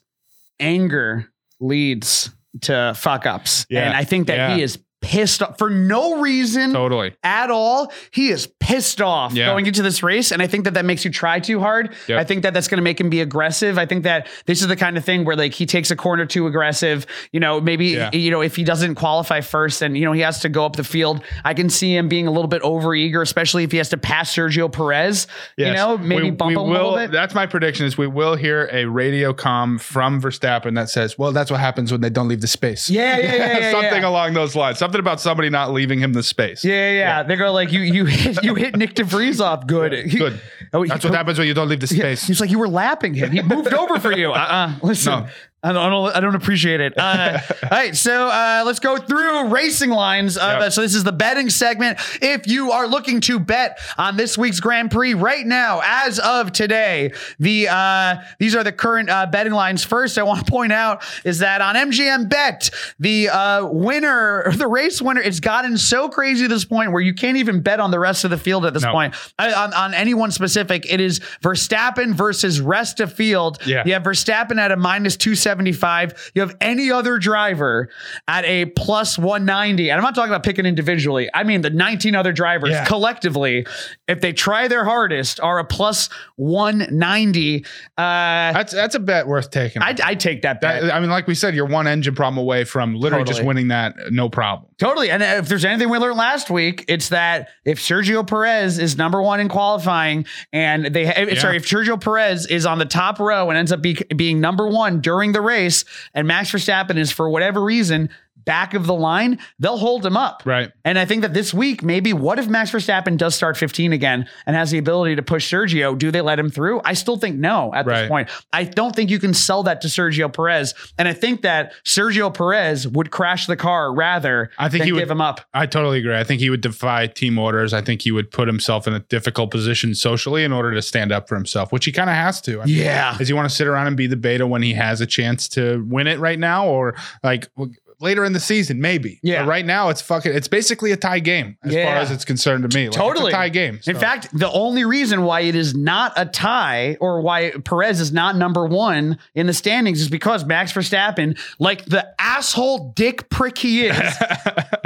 B: anger leads to fuck ups,
C: Yeah.
B: and I think that
C: Yeah.
B: he is pissed off for no reason.
C: totally.
B: at all. He is pissed off
C: Yeah.
B: going into this race. And I think that that makes you try too hard.
C: Yep.
B: I think that that's going to make him be aggressive. I think that this is the kind of thing where like he takes a corner too aggressive. You know, maybe,
C: Yeah.
B: you know, if he doesn't qualify first and, you know, he has to go up the field, I can see him being a little bit over eager, especially if he has to pass Sergio Perez, you
C: Yes.
B: know, maybe
C: We-
B: bump
C: we
B: him
C: will,
B: a little bit.
C: That's my prediction is we will hear a radio com from Verstappen that says, well, that's what happens when they don't leave the space.
B: yeah,
C: *laughs*
B: yeah, yeah, yeah.
C: Something
B: yeah.
C: along those lines. Something about somebody not leaving him the space.
B: Yeah, yeah, yeah. They go like you, you, hit, you hit Nick DeVries off. Good,
C: Good.
B: *laughs* Oh, he- *laughs*
C: That's what happens when you don't leave the
B: Yeah,
C: space. *laughs*
B: He's like, you were lapping him. He moved over for you. *laughs* Uh-uh. Listen,
C: No.
B: I don't, I don't, I don't appreciate it.
C: *laughs*
B: Uh, all right, so uh, let's go through racing lines. Of, uh,
C: Yep.
B: So this is the betting segment. If you are looking to bet on this week's Grand Prix right now, as of today, the uh, these are the current uh, betting lines. First, I want to point out is that on MGM Bet, the uh, winner, *laughs* the race winner, it's gotten so crazy to this point where you can't even bet on the rest of the field at this
C: No.
B: point. I, on, on anyone specific, it is Verstappen versus rest of field.
C: Yeah.
B: You have Verstappen at a minus 275. You have any other driver at a plus 190. And I'm not talking about picking individually. I mean, the 19 other drivers
C: Yeah.
B: collectively, if they try their hardest, are a plus 190. Uh, I,
C: That's that's a bet worth taking.
B: I, take that bet.
C: That- I mean, like we said, you're one engine problem away from literally just
B: Totally.
C: winning that, uh, no problem.
B: Totally. And if there's anything we learned last week, it's that if Sergio Perez is number one in qualifying and they, if-
C: Yeah.
B: sorry, if Sergio Perez is on the top row and ends up be, being number one during the race and Max Verstappen is for whatever reason back of the line, they'll hold him up.
C: Right.
B: And I think that this week, maybe what if Max Verstappen does start 15 again and has the ability to push Sergio? Do they let him through? I still think no at this
C: Right.
B: point. I don't think you can sell that to Sergio Perez. And I think that Sergio Perez would crash the car rather
C: I think
B: than
C: he would-
B: give him up.
C: I totally agree. I think he would defy team orders. I think he would put himself in a difficult position socially in order to stand up for himself, which he kind of has to. I mean,
B: Yeah.
C: Does he want to sit around and be the beta when he has a chance to win it right now, or like w- later in the season, maybe?
B: Yeah.
C: But right now, it's fucking. It's basically a tie game as
B: Yeah.
C: far as it's concerned to me. Like, it's a
B: Totally.
C: tie game. so.
B: In fact, the only reason why it is not a tie or why Perez is not number one in the standings is because Max Verstappen, like the asshole dick prick he is,
C: *laughs*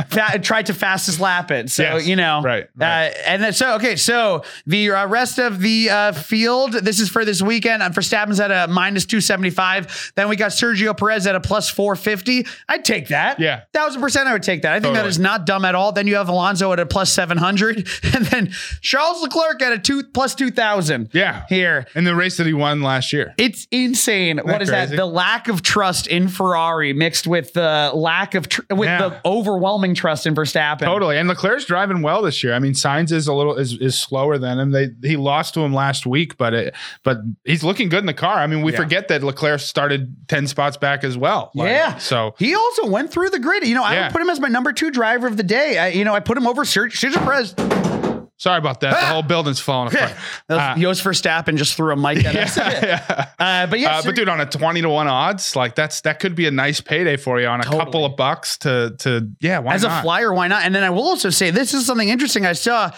B: fa- tried to fastest lap it. So,
C: Yes.
B: you know.
C: Right,
B: Uh,
C: right.
B: and then, so, okay, so the uh, rest of the uh, field, this is for this weekend. Uh, Verstappen's at a minus 275. Then we got Sergio Perez at a plus 450. I'd take that.
C: Yeah.
B: Thousand percent I would take that. I think that
C: Totally.
B: is not dumb at all. Then you have Alonso at a plus 700. *laughs* And then Charles Leclerc at a two, plus 2,000.
C: Yeah.
B: Here.
C: in the race that he won last year.
B: It's insane. What is that?
C: crazy?
B: The lack of trust in Ferrari mixed with the lack of tr- with
C: Yeah.
B: the overwhelming trust in Verstappen.
C: Totally. And Leclerc's driving well this year. I mean, Signs is a little is, is slower than him. They he lost to him last week, but it but he's looking good in the car. I mean, we
B: Yeah.
C: forget that Leclerc started 10 spots back as well. Like,
B: yeah.
C: So
B: he also went through the grid. You know, I
C: Yeah.
B: would put him as my number two driver of the day. I, you know, I put him over Sergio Sergio Perez. *laughs*
C: sorry about that.
B: Ah!
C: The whole building's
B: *laughs*
C: falling apart.
B: That was Jos Verstappen just threw a mic at
C: *laughs*
B: us.
C: yeah.
B: Uh, but yeah,
C: Uh,
B: Ser-
C: but dude, on a twenty to one odds, like that's that could be a nice payday for you on a couple of bucks to to yeah. Why
B: as
C: not?
B: a flyer, why not? And then I will also say this is something interesting I saw.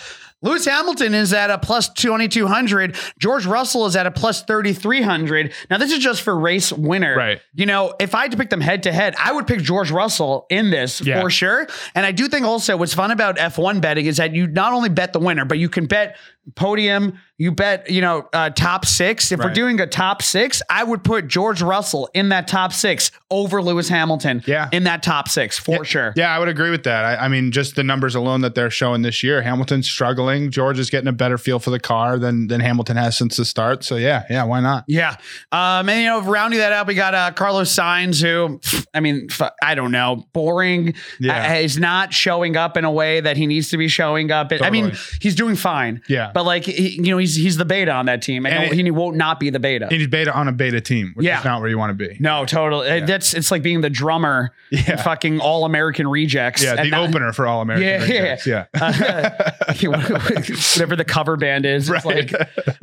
B: Lewis Hamilton is at a plus 2200. George Russell is at a plus 3300. Now, this is just for race winner.
C: Right.
B: You know, if I had to pick them head to head, I would pick George Russell in this
C: Yeah.
B: for sure. And I do think also what's fun about F1 betting is that you not only bet the winner, but you can bet podium, you bet, you know, uh, top six. If we're
C: Right.
B: doing a top six, I would put George Russell in that top six over Lewis Hamilton
C: Yeah.
B: in that top six for sure.
C: Yeah, I would agree with that. I, I mean, just the numbers alone that they're showing this year. Hamilton's struggling. George is getting a better feel for the car than than Hamilton has since the start. So yeah, yeah, why not?
B: Yeah. Um, and, you know, rounding that out, we got uh, Carlos Sainz, who, pff, I mean, f- I don't know, boring.
C: Yeah.
B: Uh, is not showing up in a way that he needs to be showing up. I mean,
C: Totally.
B: he's doing fine.
C: Yeah.
B: But, like, he, you know, he's he's the beta on that team. And,
C: And
B: he won't not be the beta.
C: He's beta on a beta team, which
B: Yeah.
C: is not where you want to be.
B: no, totally. Uh, That's it's like being the drummer in
C: Yeah.
B: fucking All American Rejects.
C: Yeah,
B: and
C: the
B: not-
C: opener for All American.
B: Yeah, *laughs* Uh,
C: yeah.
B: whatever the cover band is. It's like, uh,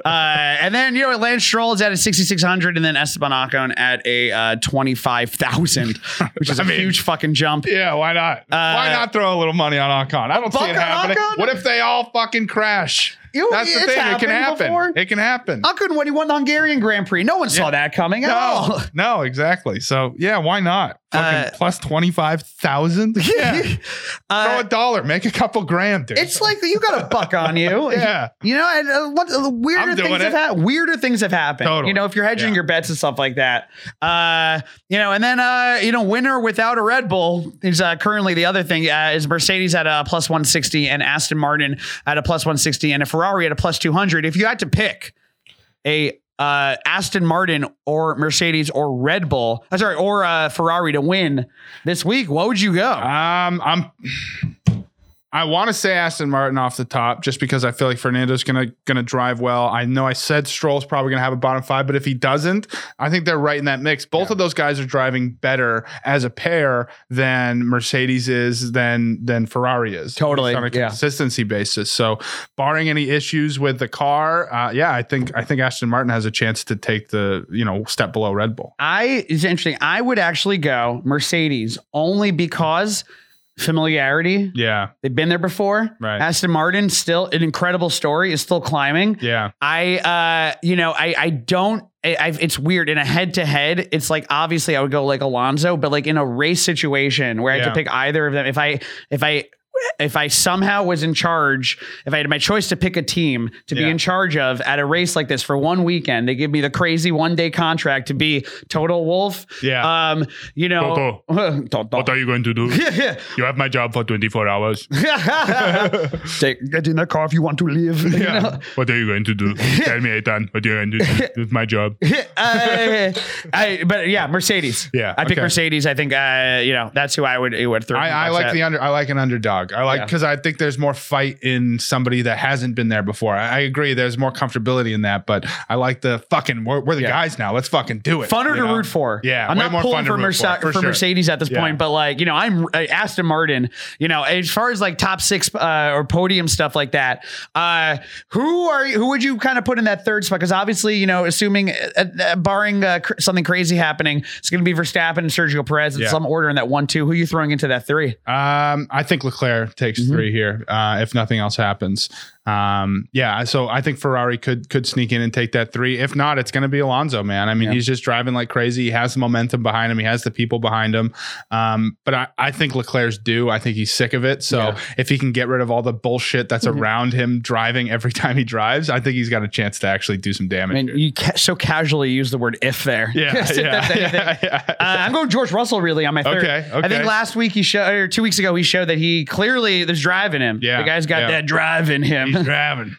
B: and then you know, Lance Stroll is at a 6,600, and then Esteban Ocon at a uh,
C: *laughs*
B: 25,000, which is a
C: I mean-
B: huge fucking jump.
C: Yeah, why not? why not throw a little money on Ocon? I don't see
B: uh, Buck on
C: it happening.
B: Ocon?
C: What if they all fucking crash?
B: You-
C: That's the
B: it's
C: thing. It can
B: happened
C: happen.
B: before.
C: It can happen.
B: Ocon when he won the Hungarian Grand Prix, no one saw that coming at all. Uh,
C: No, *laughs* no, exactly. So yeah, why not? Fucking plus twenty five
B: *laughs*
C: thousand. Yeah, throw a dollar, make a couple grand, dude.
B: Uh, It's like you got a buck on you.
C: *laughs* Yeah.
B: You know, and uh, what uh, weirder
C: I'm doing
B: things have
C: it.
B: happened. Weirder things have happened.
C: Totally.
B: You know, if you're hedging
C: Yeah.
B: your bets and stuff like that. Uh, you know, and then uh, you know, winner without a Red Bull is uh, currently the other thing uh, is Mercedes at a plus 160 and Aston Martin at a plus 160 and a Ferrari at a plus 200. If you had to pick a uh, Aston Martin or Mercedes or Red Bull, uh, sorry, or uh, Ferrari to win this week, what would you go?
C: um, I'm. I want to say Aston Martin off the top, just because I feel like Fernando's gonna gonna drive well. I know I said Stroll's probably gonna have a bottom five, but if he doesn't, I think they're right in that mix. Both of those guys are driving better as a pair than Mercedes is than than Ferrari is.
E: Totally,
C: Just on a
E: yeah.
C: consistency basis. So, barring any issues with the car, uh, yeah, I think I think Aston Martin has a chance to take the you know step below Red Bull.
B: I it's interesting. I would actually go Mercedes only because familiarity.
C: Yeah,
B: They've been there before.
C: Right.
B: Aston Martin still an incredible story is still climbing.
C: yeah,
B: I uh you know I I don't I, I've, it's weird in a head to head it's like obviously I would go like Alonso but like in a race situation where I had
C: Yeah.
B: to pick either of them if I if I if I somehow was in charge if I had my choice to pick a team to
C: Yeah.
B: be in charge of at a race like this for one weekend they give me the crazy one day contract to be total wolf
C: yeah.
E: Uh,
B: um you know *laughs* Toto.
C: are you going
E: *laughs*
C: to do? *laughs* You have my job for 24 *laughs* hours.
B: *laughs* Take, get in the car if you want to live *laughs* you know?
C: What are you going to *laughs* do? Tell me, Ethan. What are you going *laughs* to do? It's my job.
B: *laughs* uh, I, but yeah, Mercedes.
C: Yeah,
B: I pick
C: okay.
B: Mercedes. I think uh, you know that's who I would it would throw.
C: I, I
B: my
C: like
B: bucks
C: the
B: at.
C: under. I like an underdog. I like
B: Yeah.
C: because I think there's more fight in somebody that hasn't been there before. I, I agree. There's more comfortability in that, but I like the fucking. We're, we're the
B: Yeah.
C: guys now. Let's fucking do it.
B: funner
C: you
B: to
C: know?
B: root for.
C: Yeah,
B: I'm
C: way
B: not
C: more fun
B: pulling
C: to
B: for,
C: root
B: Merce-
C: for,
B: for,
C: for sure.
B: Mercedes at this
C: Yeah.
B: point, but like you know, I'm uh, Aston Martin. You know, as far as like top six uh, or podium stuff like that, uh, who are you, who would you kind of put in that third spot? Because obviously, you know, assuming uh, uh, barring uh, cr- something crazy happening, it's going to be Verstappen and Sergio Perez in
C: Yeah.
B: some order in that one two. Who are you throwing into that three?
C: Um, I think Leclerc takes
B: Mm-hmm.
C: three here uh, if nothing else happens. Um, yeah, so I think Ferrari could could sneak in and take that three. If not, it's going to be Alonso, man. I mean, he's just driving like crazy. He has the momentum behind him. He has the people behind him. Um, but I, I think Leclerc's due. I think he's sick of it. So if he can get rid of all the bullshit that's
B: Mm-hmm.
C: around him driving every *laughs* time he drives, I think he's got a chance to actually do some damage.
B: I mean,
C: here.
B: you ca- so casually use the word if there. *laughs*
C: yeah,
B: If that's
C: yeah, *laughs*
B: anything.
C: yeah, yeah.
B: Uh, I'm going George Russell really on my third.
C: Okay,
B: I
C: okay.
B: think last week he showed, or two weeks ago, he showed that he clearly there's drive in him.
C: Yeah,
B: The guy's got
C: yeah.
B: that drive in him.
C: driving.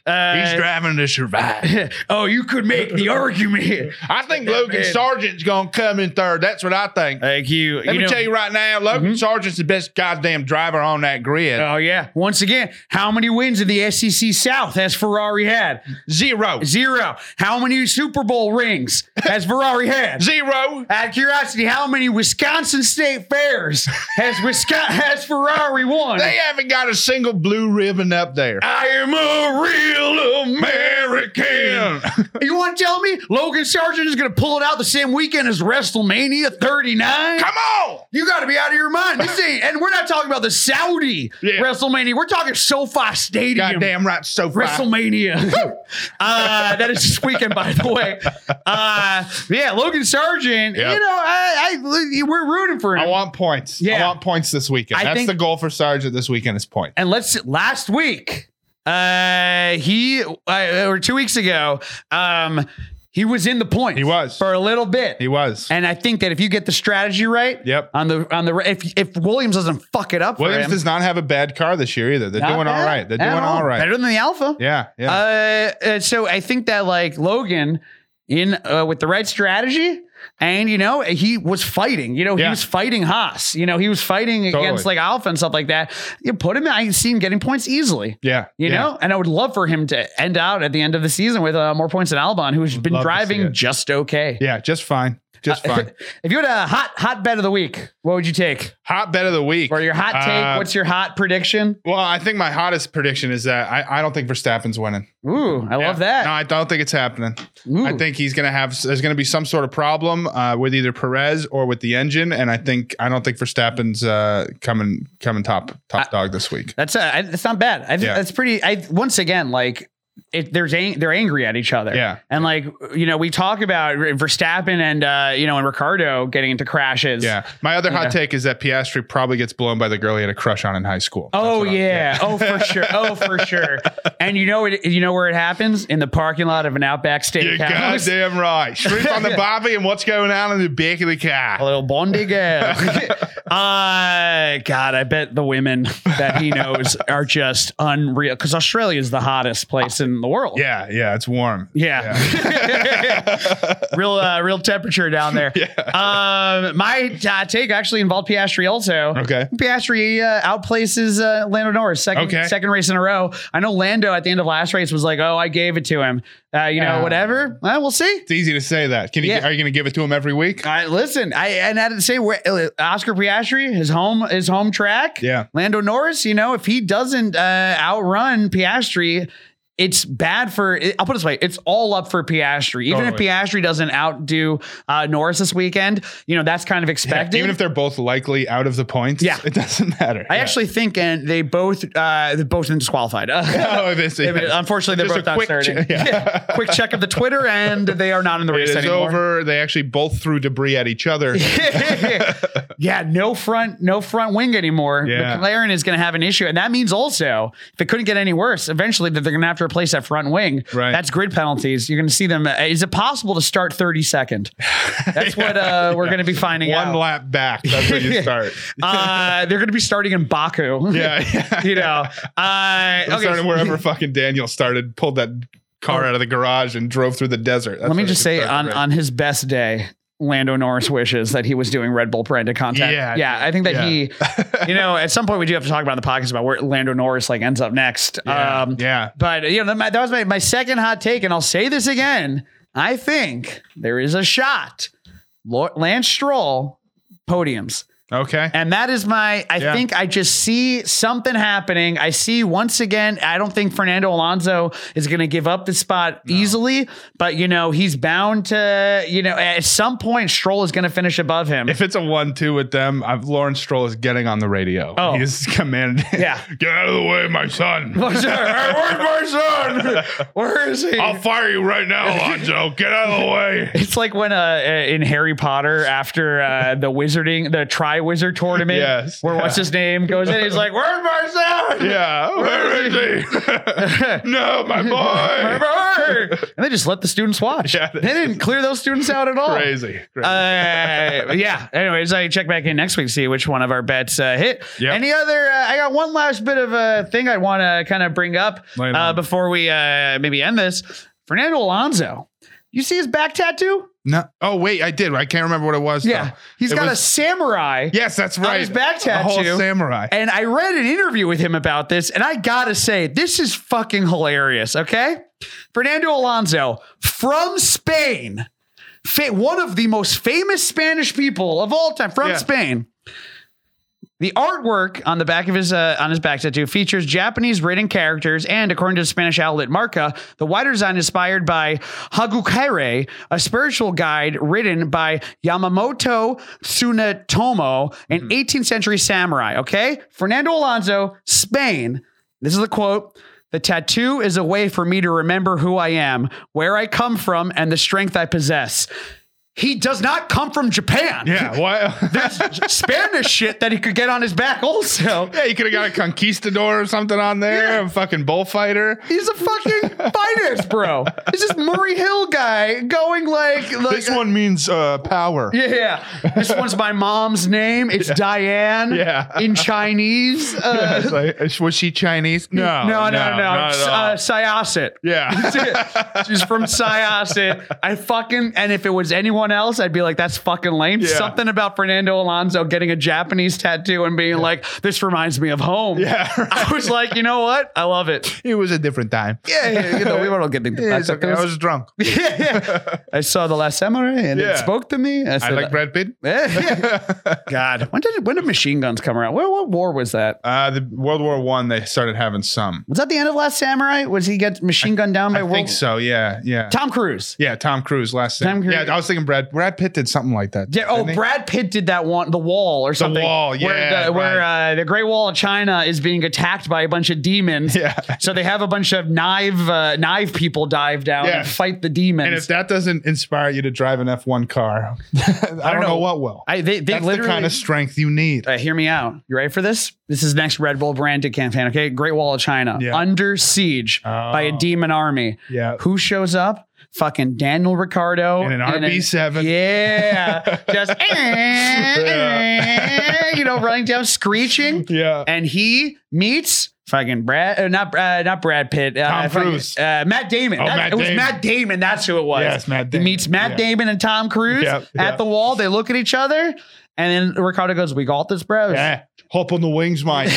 B: Um, Uh,
C: driving to
B: *laughs*
C: survive.
B: oh, you could make the argument. *laughs*
C: I think Logan
B: man.
C: Sargent's gonna come in third. That's what I think.
B: Like you,
C: Let
B: you
C: me
B: know, Mm-hmm.
C: tell you right now, Logan Sargent's the best goddamn driver on that grid.
B: Oh yeah. Once again, how many wins in the SEC South has Ferrari had?
C: Zero.
B: Zero. How many Super Bowl rings has Ferrari
C: *laughs*
B: had?
C: Zero.
B: Out of curiosity, how many Wisconsin State Fairs has Wisconsin has Ferrari won?
C: They haven't got a single blue ribbon up there.
B: I am a real American. *laughs* you want to tell me Logan Sargent is going to pull it out the same weekend as WrestleMania 39?
C: Come on.
B: You got to be out of your mind. This ain't, and we're not talking about the Saudi
C: Yeah.
B: WrestleMania. We're talking SoFi Stadium.
C: Goddamn right, so far. *laughs*
B: WrestleMania. uh, that is this weekend, by the way. Uh, yeah, Logan Sargent.
C: Yeah.
B: You know, I, I we're rooting for him.
C: I want points. I
B: Yeah.
C: want points this weekend.
B: I
C: That's
B: think-
C: the goal for Sargent this weekend is points.
B: and let's last week uh he uh, or two weeks ago um he was in the point
C: He was.
B: for a little bit
C: He was.
B: and i think that if you get the strategy right
C: Yep.
B: on the on the if if williams doesn't fuck it up
C: Williams
B: for him,
C: does not have a bad car this year either. They're
B: not
C: doing all
B: bad
C: right. They're
B: at
C: doing all right.
B: better than the alpha
C: Yeah. Yeah.
B: uh, uh, so I think that like Logan in uh, with the right strategy and you know he was fighting you know
C: Yeah.
B: he was fighting Haas you know he was fighting
C: Totally.
B: against like Alpha and stuff like that you put him in, I see him getting points easily
C: yeah.
B: you
C: yeah.
B: know, and I would love for him to end out at the end of the season with uh, more points than Albon, who's been
C: love to see it.
B: driving just okay.
C: Yeah. Just fine. Just
B: Uh,
C: fine.
B: *laughs* if you had a hot hot bet of the week, what would you take?
C: Hot bet of the week.
B: Or your hot take?
C: Uh,
B: what's your hot prediction?
C: Well, I think my hottest prediction is that I, I don't think Verstappen's winning.
B: Ooh, I love
C: No,
B: that.
C: I don't think it's happening.
B: Ooh.
C: I think he's going to have there's going to be some sort of problem uh, with either Perez or with the engine, and I think I don't think Verstappen's uh, coming coming top top dog this week.
B: That's uh, I- that's not bad. I think
C: Yeah.
B: that's pretty. I once again like. It, there's ang- they're angry at each other.
C: Yeah.
B: And like, you know, we talk about Verstappen and, uh, you know, and Ricardo getting into crashes.
C: Yeah. My other hot
B: Yeah.
C: take is that Piastri probably gets blown by the girl he had a crush on in high school.
B: Oh yeah. Oh for sure. Oh for sure. And you know it you know where it happens? In the parking lot of an Outback
C: You're
B: Steakhouse. *laughs*
C: goddamn right. Shrimp on the barbie and what's going on in the back of the
B: A
C: car.
B: little bondiga. Uh, God, I bet the women that he knows are just unreal because Australia is the hottest place in the world.
C: Yeah, yeah, it's warm.
B: Yeah. *laughs* real, uh, real temperature
C: *laughs*
B: down there. Um, my uh, take actually involved Piastri also.
C: Okay.
B: Piastri uh, outplaces uh, Lando Norris second
C: Okay.
B: second race in a row. I know Lando at the end of last race was like, "Oh, I gave it to him." Uh, you know,
C: Yeah.
B: whatever. Well, we'll see.
C: It's easy to say that. Can you
B: Yeah.
C: are you going to give it to him every week?
B: I listen. I and I didn't say where uh, Oscar Piastri, his home, his home track.
C: Yeah.
B: Lando Norris. You know, if he doesn't uh, outrun Piastri, it's bad for. I'll put it this way: it's all up for Piastri. Even
C: Totally.
B: if Piastri doesn't outdo uh, Norris this weekend, you know that's kind of expected.
C: Even if they're both likely out of the points,
B: Yeah.
C: it doesn't matter.
B: I
C: Yeah.
B: actually think, and they both, uh, they both been
C: *laughs*
B: disqualified. *laughs*
C: Oh, this is-
B: Unfortunately, they're
C: Just a
B: both not
C: quick
B: starting.
C: che-
B: *laughs*
C: yeah.
B: Yeah. Quick check of the Twitter, and they are not in the
C: It
B: race
C: is
B: anymore.
C: over. They actually both threw debris at each
B: *laughs*
C: other.
B: yeah, no front, no front wing anymore.
C: Yeah.
B: McLaren is going to have an issue, and that means also if it couldn't get any worse, eventually that they're going to have to replace that front wing.
C: Right.
B: That's grid penalties. You're going to see them. uh, Is it possible to start 32nd? That's
C: *laughs*
B: what uh, we're going to be finding
C: One
B: out.
C: lap back. That's where
B: *laughs*
C: you start.
B: uh, they're going to be starting in Baku.
C: *laughs* yeah. yeah.
B: *laughs* you know. Uh, okay. *laughs*
C: Starting wherever fucking Daniel started, pulled that car out of the garage and drove through the desert. That's
B: Oh. Let me
C: where
B: just
C: you
B: say,
C: start the
B: on,
C: race.
B: on his best day, Lando Norris wishes that he was doing Red Bull branded content.
C: Yeah,
B: yeah. I think that he, *laughs* you know, at some point we do have to talk about in the podcast about where Lando Norris like ends up next.
C: Yeah.
B: Um,
C: yeah.
B: But you know, that- that was my, my second hot take, and I'll say this again. I think there is a shot. Lo- Lance Stroll podiums.
C: Okay.
B: And that is my, I
C: Yeah.
B: think I just see something happening. I see once again, I don't think Fernando Alonso is going to give up the spot easily, but you know, he's bound to, you know, at some point, Stroll is going to finish above him.
C: If it's a one-two with them, I've, Lawrence Stroll is getting on the radio. *laughs*
B: Oh.
C: he's commanded.
B: *laughs* Yeah.
C: get out of the way, my
B: *laughs*
C: son.
B: Where's my *laughs* son? Where is he?
C: I'll fire you right now, *laughs* Alonzo. Get out of the way.
B: *laughs* It's like when uh, uh, in Harry Potter after uh, the wizarding, the Tri Wizard tournament,
C: Yes.
B: where what's his name goes
C: *laughs*
B: in, he's like, "Where's my son?
C: Yeah, where is he? *laughs* no, my boy.
B: and they just let the students watch.
C: Yeah,
B: they
C: they-
B: didn't clear those students out at all.
C: Crazy. Crazy.
B: Uh, yeah. Anyways, I check back in next week to see which one of our bets uh, hit.
C: Yep.
B: Any other? Uh, I got one last bit of a thing I want to kind of bring up
C: Lay it
B: uh,
C: on.
B: before we uh, maybe end this. Fernando Alonso. You see his back tattoo?
C: no. Oh wait, I did. I can't remember what it was.
B: Yeah.
C: though.
B: he's
C: It
B: got a
C: was-
B: samurai.
C: Yes, that's right.
B: his back
C: A whole
B: tattoo.
C: samurai.
B: And I read an interview with him about this, and I gotta say, this is fucking hilarious, okay? Fernando Alonso from Spain, fa- one of the most famous Spanish people of all time from
C: Yeah.
B: Spain. The artwork on the back of his uh, on his back tattoo features Japanese written characters, and according to the Spanish outlet Marca, the wider design inspired by Hagukaire, a spiritual guide written by Yamamoto Tsunetomo, an 18th century samurai. Okay, Fernando Alonso, Spain. This is the quote. The tattoo is a way for me to remember who I am, where I come from, and the strength I possess. He does not come from
C: *laughs*
B: Japan. *laughs*
C: yeah. What?
B: Spanish shit that he could get on his back also.
C: *laughs* yeah, you could have got a conquistador or something on there.
B: Yeah.
C: A fucking bullfighter.
B: He's a fucking finance bro. He's this Murray Hill guy going like, like
C: This one means uh, power. *laughs*
B: yeah. This one's my mom's name. It's Diane
C: Yeah.
B: in Chinese.
C: *laughs*
B: Uh,
C: It's like, was she Chinese? No.
B: no, no, no.
C: not at all.
B: Uh, Syosset.
C: yeah. *laughs*
B: *laughs* She's from Syosset. I fucking and if it was anyone else, I'd be like, that's fucking lame.
C: Yeah.
B: Something about Fernando Alonso getting a Japanese tattoo and being like, this reminds me of home.
C: Yeah,
B: *laughs* I was like, you know what? I love it.
C: it was a different time.
B: *laughs* Yeah, *laughs* yeah, you know, we were all getting
C: Yeah,
B: the
C: it's okay. I was *laughs* drunk.
B: yeah, yeah. I saw the last samurai and
C: Yeah.
B: it spoke to me. I
C: I
B: said, uh, "Eh."
C: like Brad Pitt.
B: *laughs* God, when did when did machine guns come around? What, what war was that?
C: Uh, the World War One, they started having some.
B: Was that the end of Last Samurai? Was he get machine gunned down by
C: I
B: world?
C: think so. Yeah, yeah,
B: Tom Cruise.
C: yeah. Tom Cruise last
B: Tom
C: time.
B: Cruise.
C: Yeah, I was thinking Brad. Brad Pitt did something like that.
B: Yeah, oh,
C: didn't he?
B: Brad Pitt did that one, the wall or something.
C: Wall,
B: Where,
C: yeah,
B: the, where uh, the Great Wall of China is being attacked by a bunch of
C: *laughs*
B: demons.
C: Yeah.
B: So they have a bunch of knife uh, knife people dive down
C: Yeah.
B: and fight the demons.
C: And if that doesn't inspire you to drive an F one car, *laughs* I don't, know.
B: know.
C: what will.
B: I, they, they
C: That's the
B: literally
C: kind of strength you need.
B: uh, hear me out. You ready for this? This is next Red Bull branded campaign. Okay, Great Wall of China
C: Yeah.
B: under siege by a
C: Oh.
B: demon army.
C: Yeah.
B: Who shows up? fucking Daniel Ricardo
C: In an
B: and
C: RB7.
B: Yeah, just
C: *laughs* Yeah.
B: *laughs* you know running down screeching,
C: Yeah.
B: and he meets. Fucking Brad, uh, not uh, not Brad Pitt, uh,
C: Tom
B: fucking,
C: Cruise.
B: uh, Matt Damon.
C: Oh,
B: That-
C: Matt
B: it was
C: Damon.
B: Matt Damon. That's who it was.
C: Yes, Matt Damon.
B: He meets Matt
C: Yeah.
B: Damon and Tom Cruise
C: Yep,
B: at
C: yep.
B: the wall. They look at each other, and then Ricardo goes, "We got this, bros."
C: Yeah. Hop on the wings, *laughs* mate.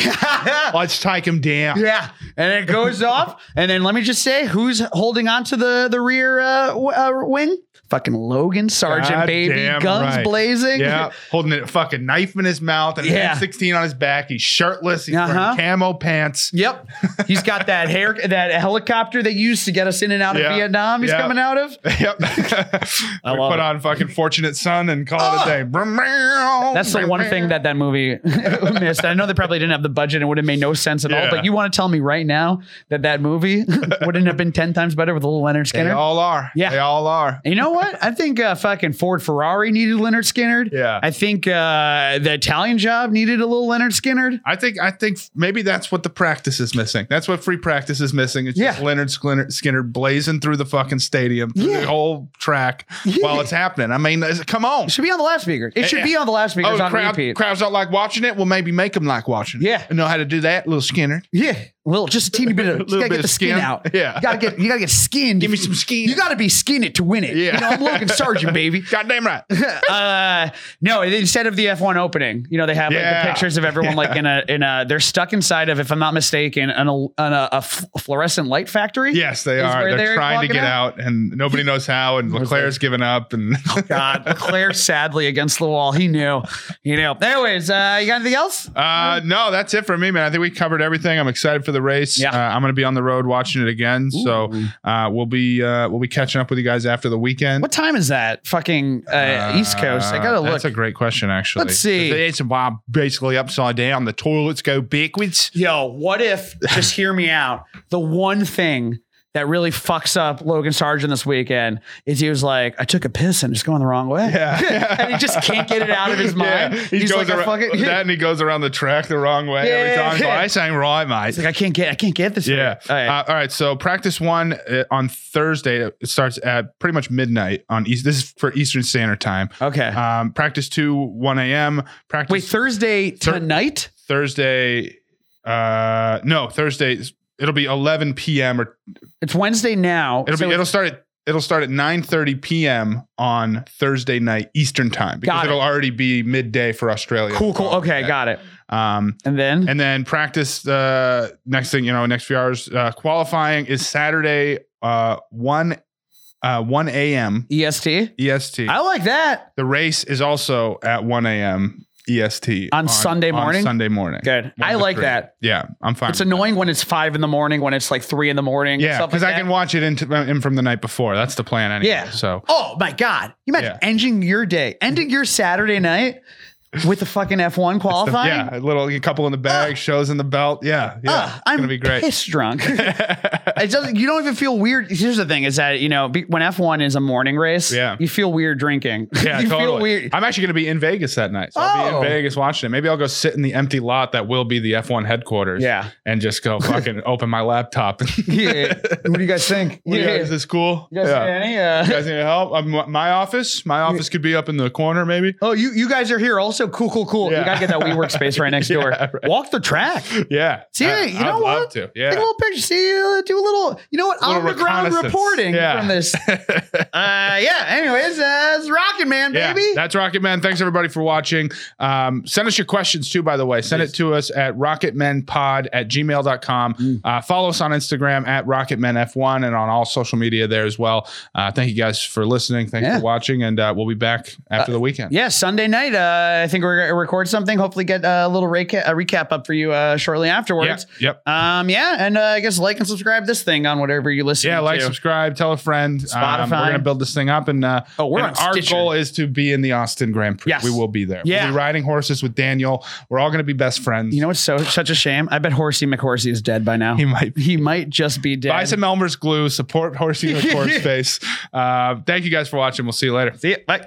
C: Let's take him down.
B: *laughs* Yeah, and it goes *laughs* off. And then let me just say, who's holding on to the the rear uh, w- uh, wing? Fucking Logan Sergeant,
C: God
B: baby,
C: damn
B: guns
C: right.
B: blazing.
C: Yeah, holding a fucking knife in his mouth and
B: Yeah.
C: an M16 on his back. He's shirtless. He's
B: Uh-huh.
C: wearing camo pants.
B: *laughs* Yep, he's got that hair, that helicopter they used to get us in and out of
C: Yeah.
B: Vietnam. He's
C: Yeah.
B: coming out of.
C: Yep. *laughs* we
B: love
C: put
B: it.
C: on fucking Fortunate Son and call it a day. Brum, meow,
B: Ah! That's the
C: brum,
B: one
C: meow.
B: thing that that movie *laughs* missed. I know they probably didn't have the budget; it would have made no sense at all.
C: Yeah.
B: But you want to tell me right now that that movie *laughs* wouldn't have been ten times better with a little Leonard
C: They
B: Skinner?
C: all are.
B: Yeah.
C: They all are.
B: You know what? I think uh, fucking Ford Ferrari needed Leonard Skinner.
C: Yeah.
B: I think uh, the Italian job needed a little Leonard Skinner.
C: I think I think maybe that's what the practice is missing. That's what free practice is missing. It's just
B: Yeah.
C: Leonard Skinner, Skinner blazing through the fucking stadium, through
B: Yeah.
C: the whole track while it's happening. I mean, is- come on.
B: It should be on the loudspeaker. It should be on the loudspeaker
C: Oh, the
B: on
C: crowd,
B: repeat.
C: crowds don't like watching it. Well, maybe make them like watching it.
B: Yeah.
C: You know how to do that, little Skinner.
B: Yeah, little, just a teeny
C: *laughs*
B: bit of.
C: Little
B: you gotta
C: bit
B: get
C: of
B: the skin,
C: skin.
B: out.
C: Yeah.
B: you gotta get you gotta get skinned.
C: Give me some skin.
B: You gotta be skinned it to win it.
C: Yeah.
B: you know, I'm Logan
C: *laughs*
B: Sargent, baby.
C: Goddamn
B: *laughs*
C: right.
B: uh, no, instead of the F1 opening, you know, they have like
C: Yeah.
B: the pictures of everyone like
C: *laughs*
B: in a in a they're stuck inside of, if I'm not mistaken, an, an a, a fl- fluorescent light factory.
C: Yes, they
B: Is
C: are.
B: where
C: They're,
B: they're
C: trying to
B: walking
C: get out, and nobody knows how. And Leclerc's giving up,
B: *laughs*
C: and
B: God, Claire sadly against the wall. He knew, you know. Anyways, uh, you got anything else?
C: Uh, no, that's it for me, man. I think we covered everything. I'm excited for the race.
B: Yeah.
C: Uh, I'm going to be on the road watching it again. So uh, we'll be uh, we'll be catching up with you guys after the weekend.
B: What time is that? Fucking uh, East Coast. I gotta
C: Uh,
B: look.
C: That's a great question, actually.
B: Let's see.
C: It's uh, basically upside down. The toilets go backwards.
B: Yo, what if? Just hear me out. The one thing that really fucks up Logan Sargent this weekend is he was like, I took a piss and it's going the wrong way.
C: Yeah.
B: *laughs* and he just can't get it out of his mind.
C: *laughs* Yeah.
B: He's like, I
C: around,
B: fucking. *laughs*
C: that, and he goes around the track the wrong way every
B: Yeah.
C: time. He's like, I ain't right, mate.
B: It's like I can't get, I can't get this.
C: Yeah.
B: All right.
C: Uh, all right. So practice one uh, on Thursday. It starts at pretty much midnight on East. This is for Eastern Standard Time.
B: okay.
C: Um, practice two, 1 a.m. Practice
B: Wait, Thursday
C: Thur-
B: tonight.
C: Thursday. Uh, no, Thursday. It'll be 11 p.m. or
B: It's Wednesday now.
C: it'll
B: so
C: be
B: it's-
C: it'll start at it'll start at 9:30 p.m. on Thursday night Eastern time because
B: Got it.
C: it'll already be midday for Australia.
B: cool, cool. Okay, got it.
C: Um,
B: And then
C: Oh, and then practice uh, next thing you know next few hours uh, qualifying is saturday uh, 1 uh, 1 a.m
B: EST.
C: est
B: E I like that.
C: E the race is also at 1 a.m est
B: On Sunday morning?
C: sunday morning
B: Good.
C: One
B: I
C: to
B: like
C: three.
B: that.
C: yeah i'm fine
B: It's annoying when it's five in the morning, when it's like three in the morning.
C: yeah
B: stuff
C: because
B: like
C: i
B: that.
C: can watch it in, in from the night before that's the plan anyway
B: Yeah.
C: so
B: Oh my God. You imagine
C: Yeah.
B: ending your day, ending your Saturday night with the fucking F1 qualifying.
C: yeah a little a couple in the bag shows in the belt yeah yeah
B: Ugh,
C: it's
B: Ah. I'm
C: gonna be great
B: *laughs*
C: *laughs*
B: piss drunk. it doesn't. You don't even feel weird. Here's the thing: is that you know be- when F one is a morning race,
C: Yeah.
B: you feel weird drinking. *laughs*
C: Yeah,
B: you
C: totally.
B: feel weird.
C: I'm actually going to be in Vegas that night. So I'll be
B: Oh.
C: in Vegas watching it. Maybe I'll go sit in the empty lot that will be the F1 headquarters.
B: Yeah.
C: And just
B: *laughs*
C: go fucking open my laptop. *laughs*
B: yeah. What do you guys think?
C: What do you
B: Yeah.
C: guys- is this cool?
B: You guys
C: yeah.
B: got any? Uh,
C: You guys need help? Um, my- my office. My office could be up in the corner, maybe.
B: *laughs* Oh, you, you guys are here also. Cool, cool, cool. You
C: Yeah.
B: gotta get that WeWork space right next
C: *laughs*
B: door.
C: Yeah, right.
B: Walk the track.
C: Yeah.
B: See,
C: I-
B: you
C: I'd
B: know
C: love
B: what?
C: to.
B: Take a
C: Yeah.
B: little picture. See, uh, do a little. You know what?
C: Little
B: On the ground
C: reconnaissance.
B: reporting
C: Yeah. *laughs*
B: from this. uh, yeah. Anyways, uh, it's rocking, man,
C: Yeah,
B: baby.
C: that's Rocket Man. Thanks everybody for watching. Um, send us your questions too, by the way. Send it to us at rocketmenpod at gmail.com.
B: Mm.
C: Uh, follow us on Instagram at rocketmenf1 and on all social media there as well. Uh, thank you guys for listening. Thanks
B: Yeah.
C: for watching. And uh, we'll be back after the weekend.
B: yeah, Sunday night. Uh, I think we're gonna record something. Hopefully, get uh, a little reca- a recap up for you uh, shortly afterwards.
C: Yeah, yep.
B: Um, yeah, and uh, I guess like and subscribe this thing on whatever you listen.
C: Yeah, like,
B: to.
C: subscribe, tell a friend. Um,
B: Spotify.
C: we're gonna build this thing up, and uh,
B: Oh, we're
C: and
B: on
C: our
B: Stitcher.
C: goal is to be in the Austin Grand Prix.
B: Yes.
C: We will be there.
B: Yeah.
C: we'll be riding horses with Daniel. We're all gonna be best friends.
B: You know what's so such a shame? I bet Horsey McHorsey is dead by now.
C: he might
B: He might just be dead.
C: buy some Elmer's glue. Support horsey and horse face. Uh, thank you guys for watching. We'll see you later.
B: See ya. Bye.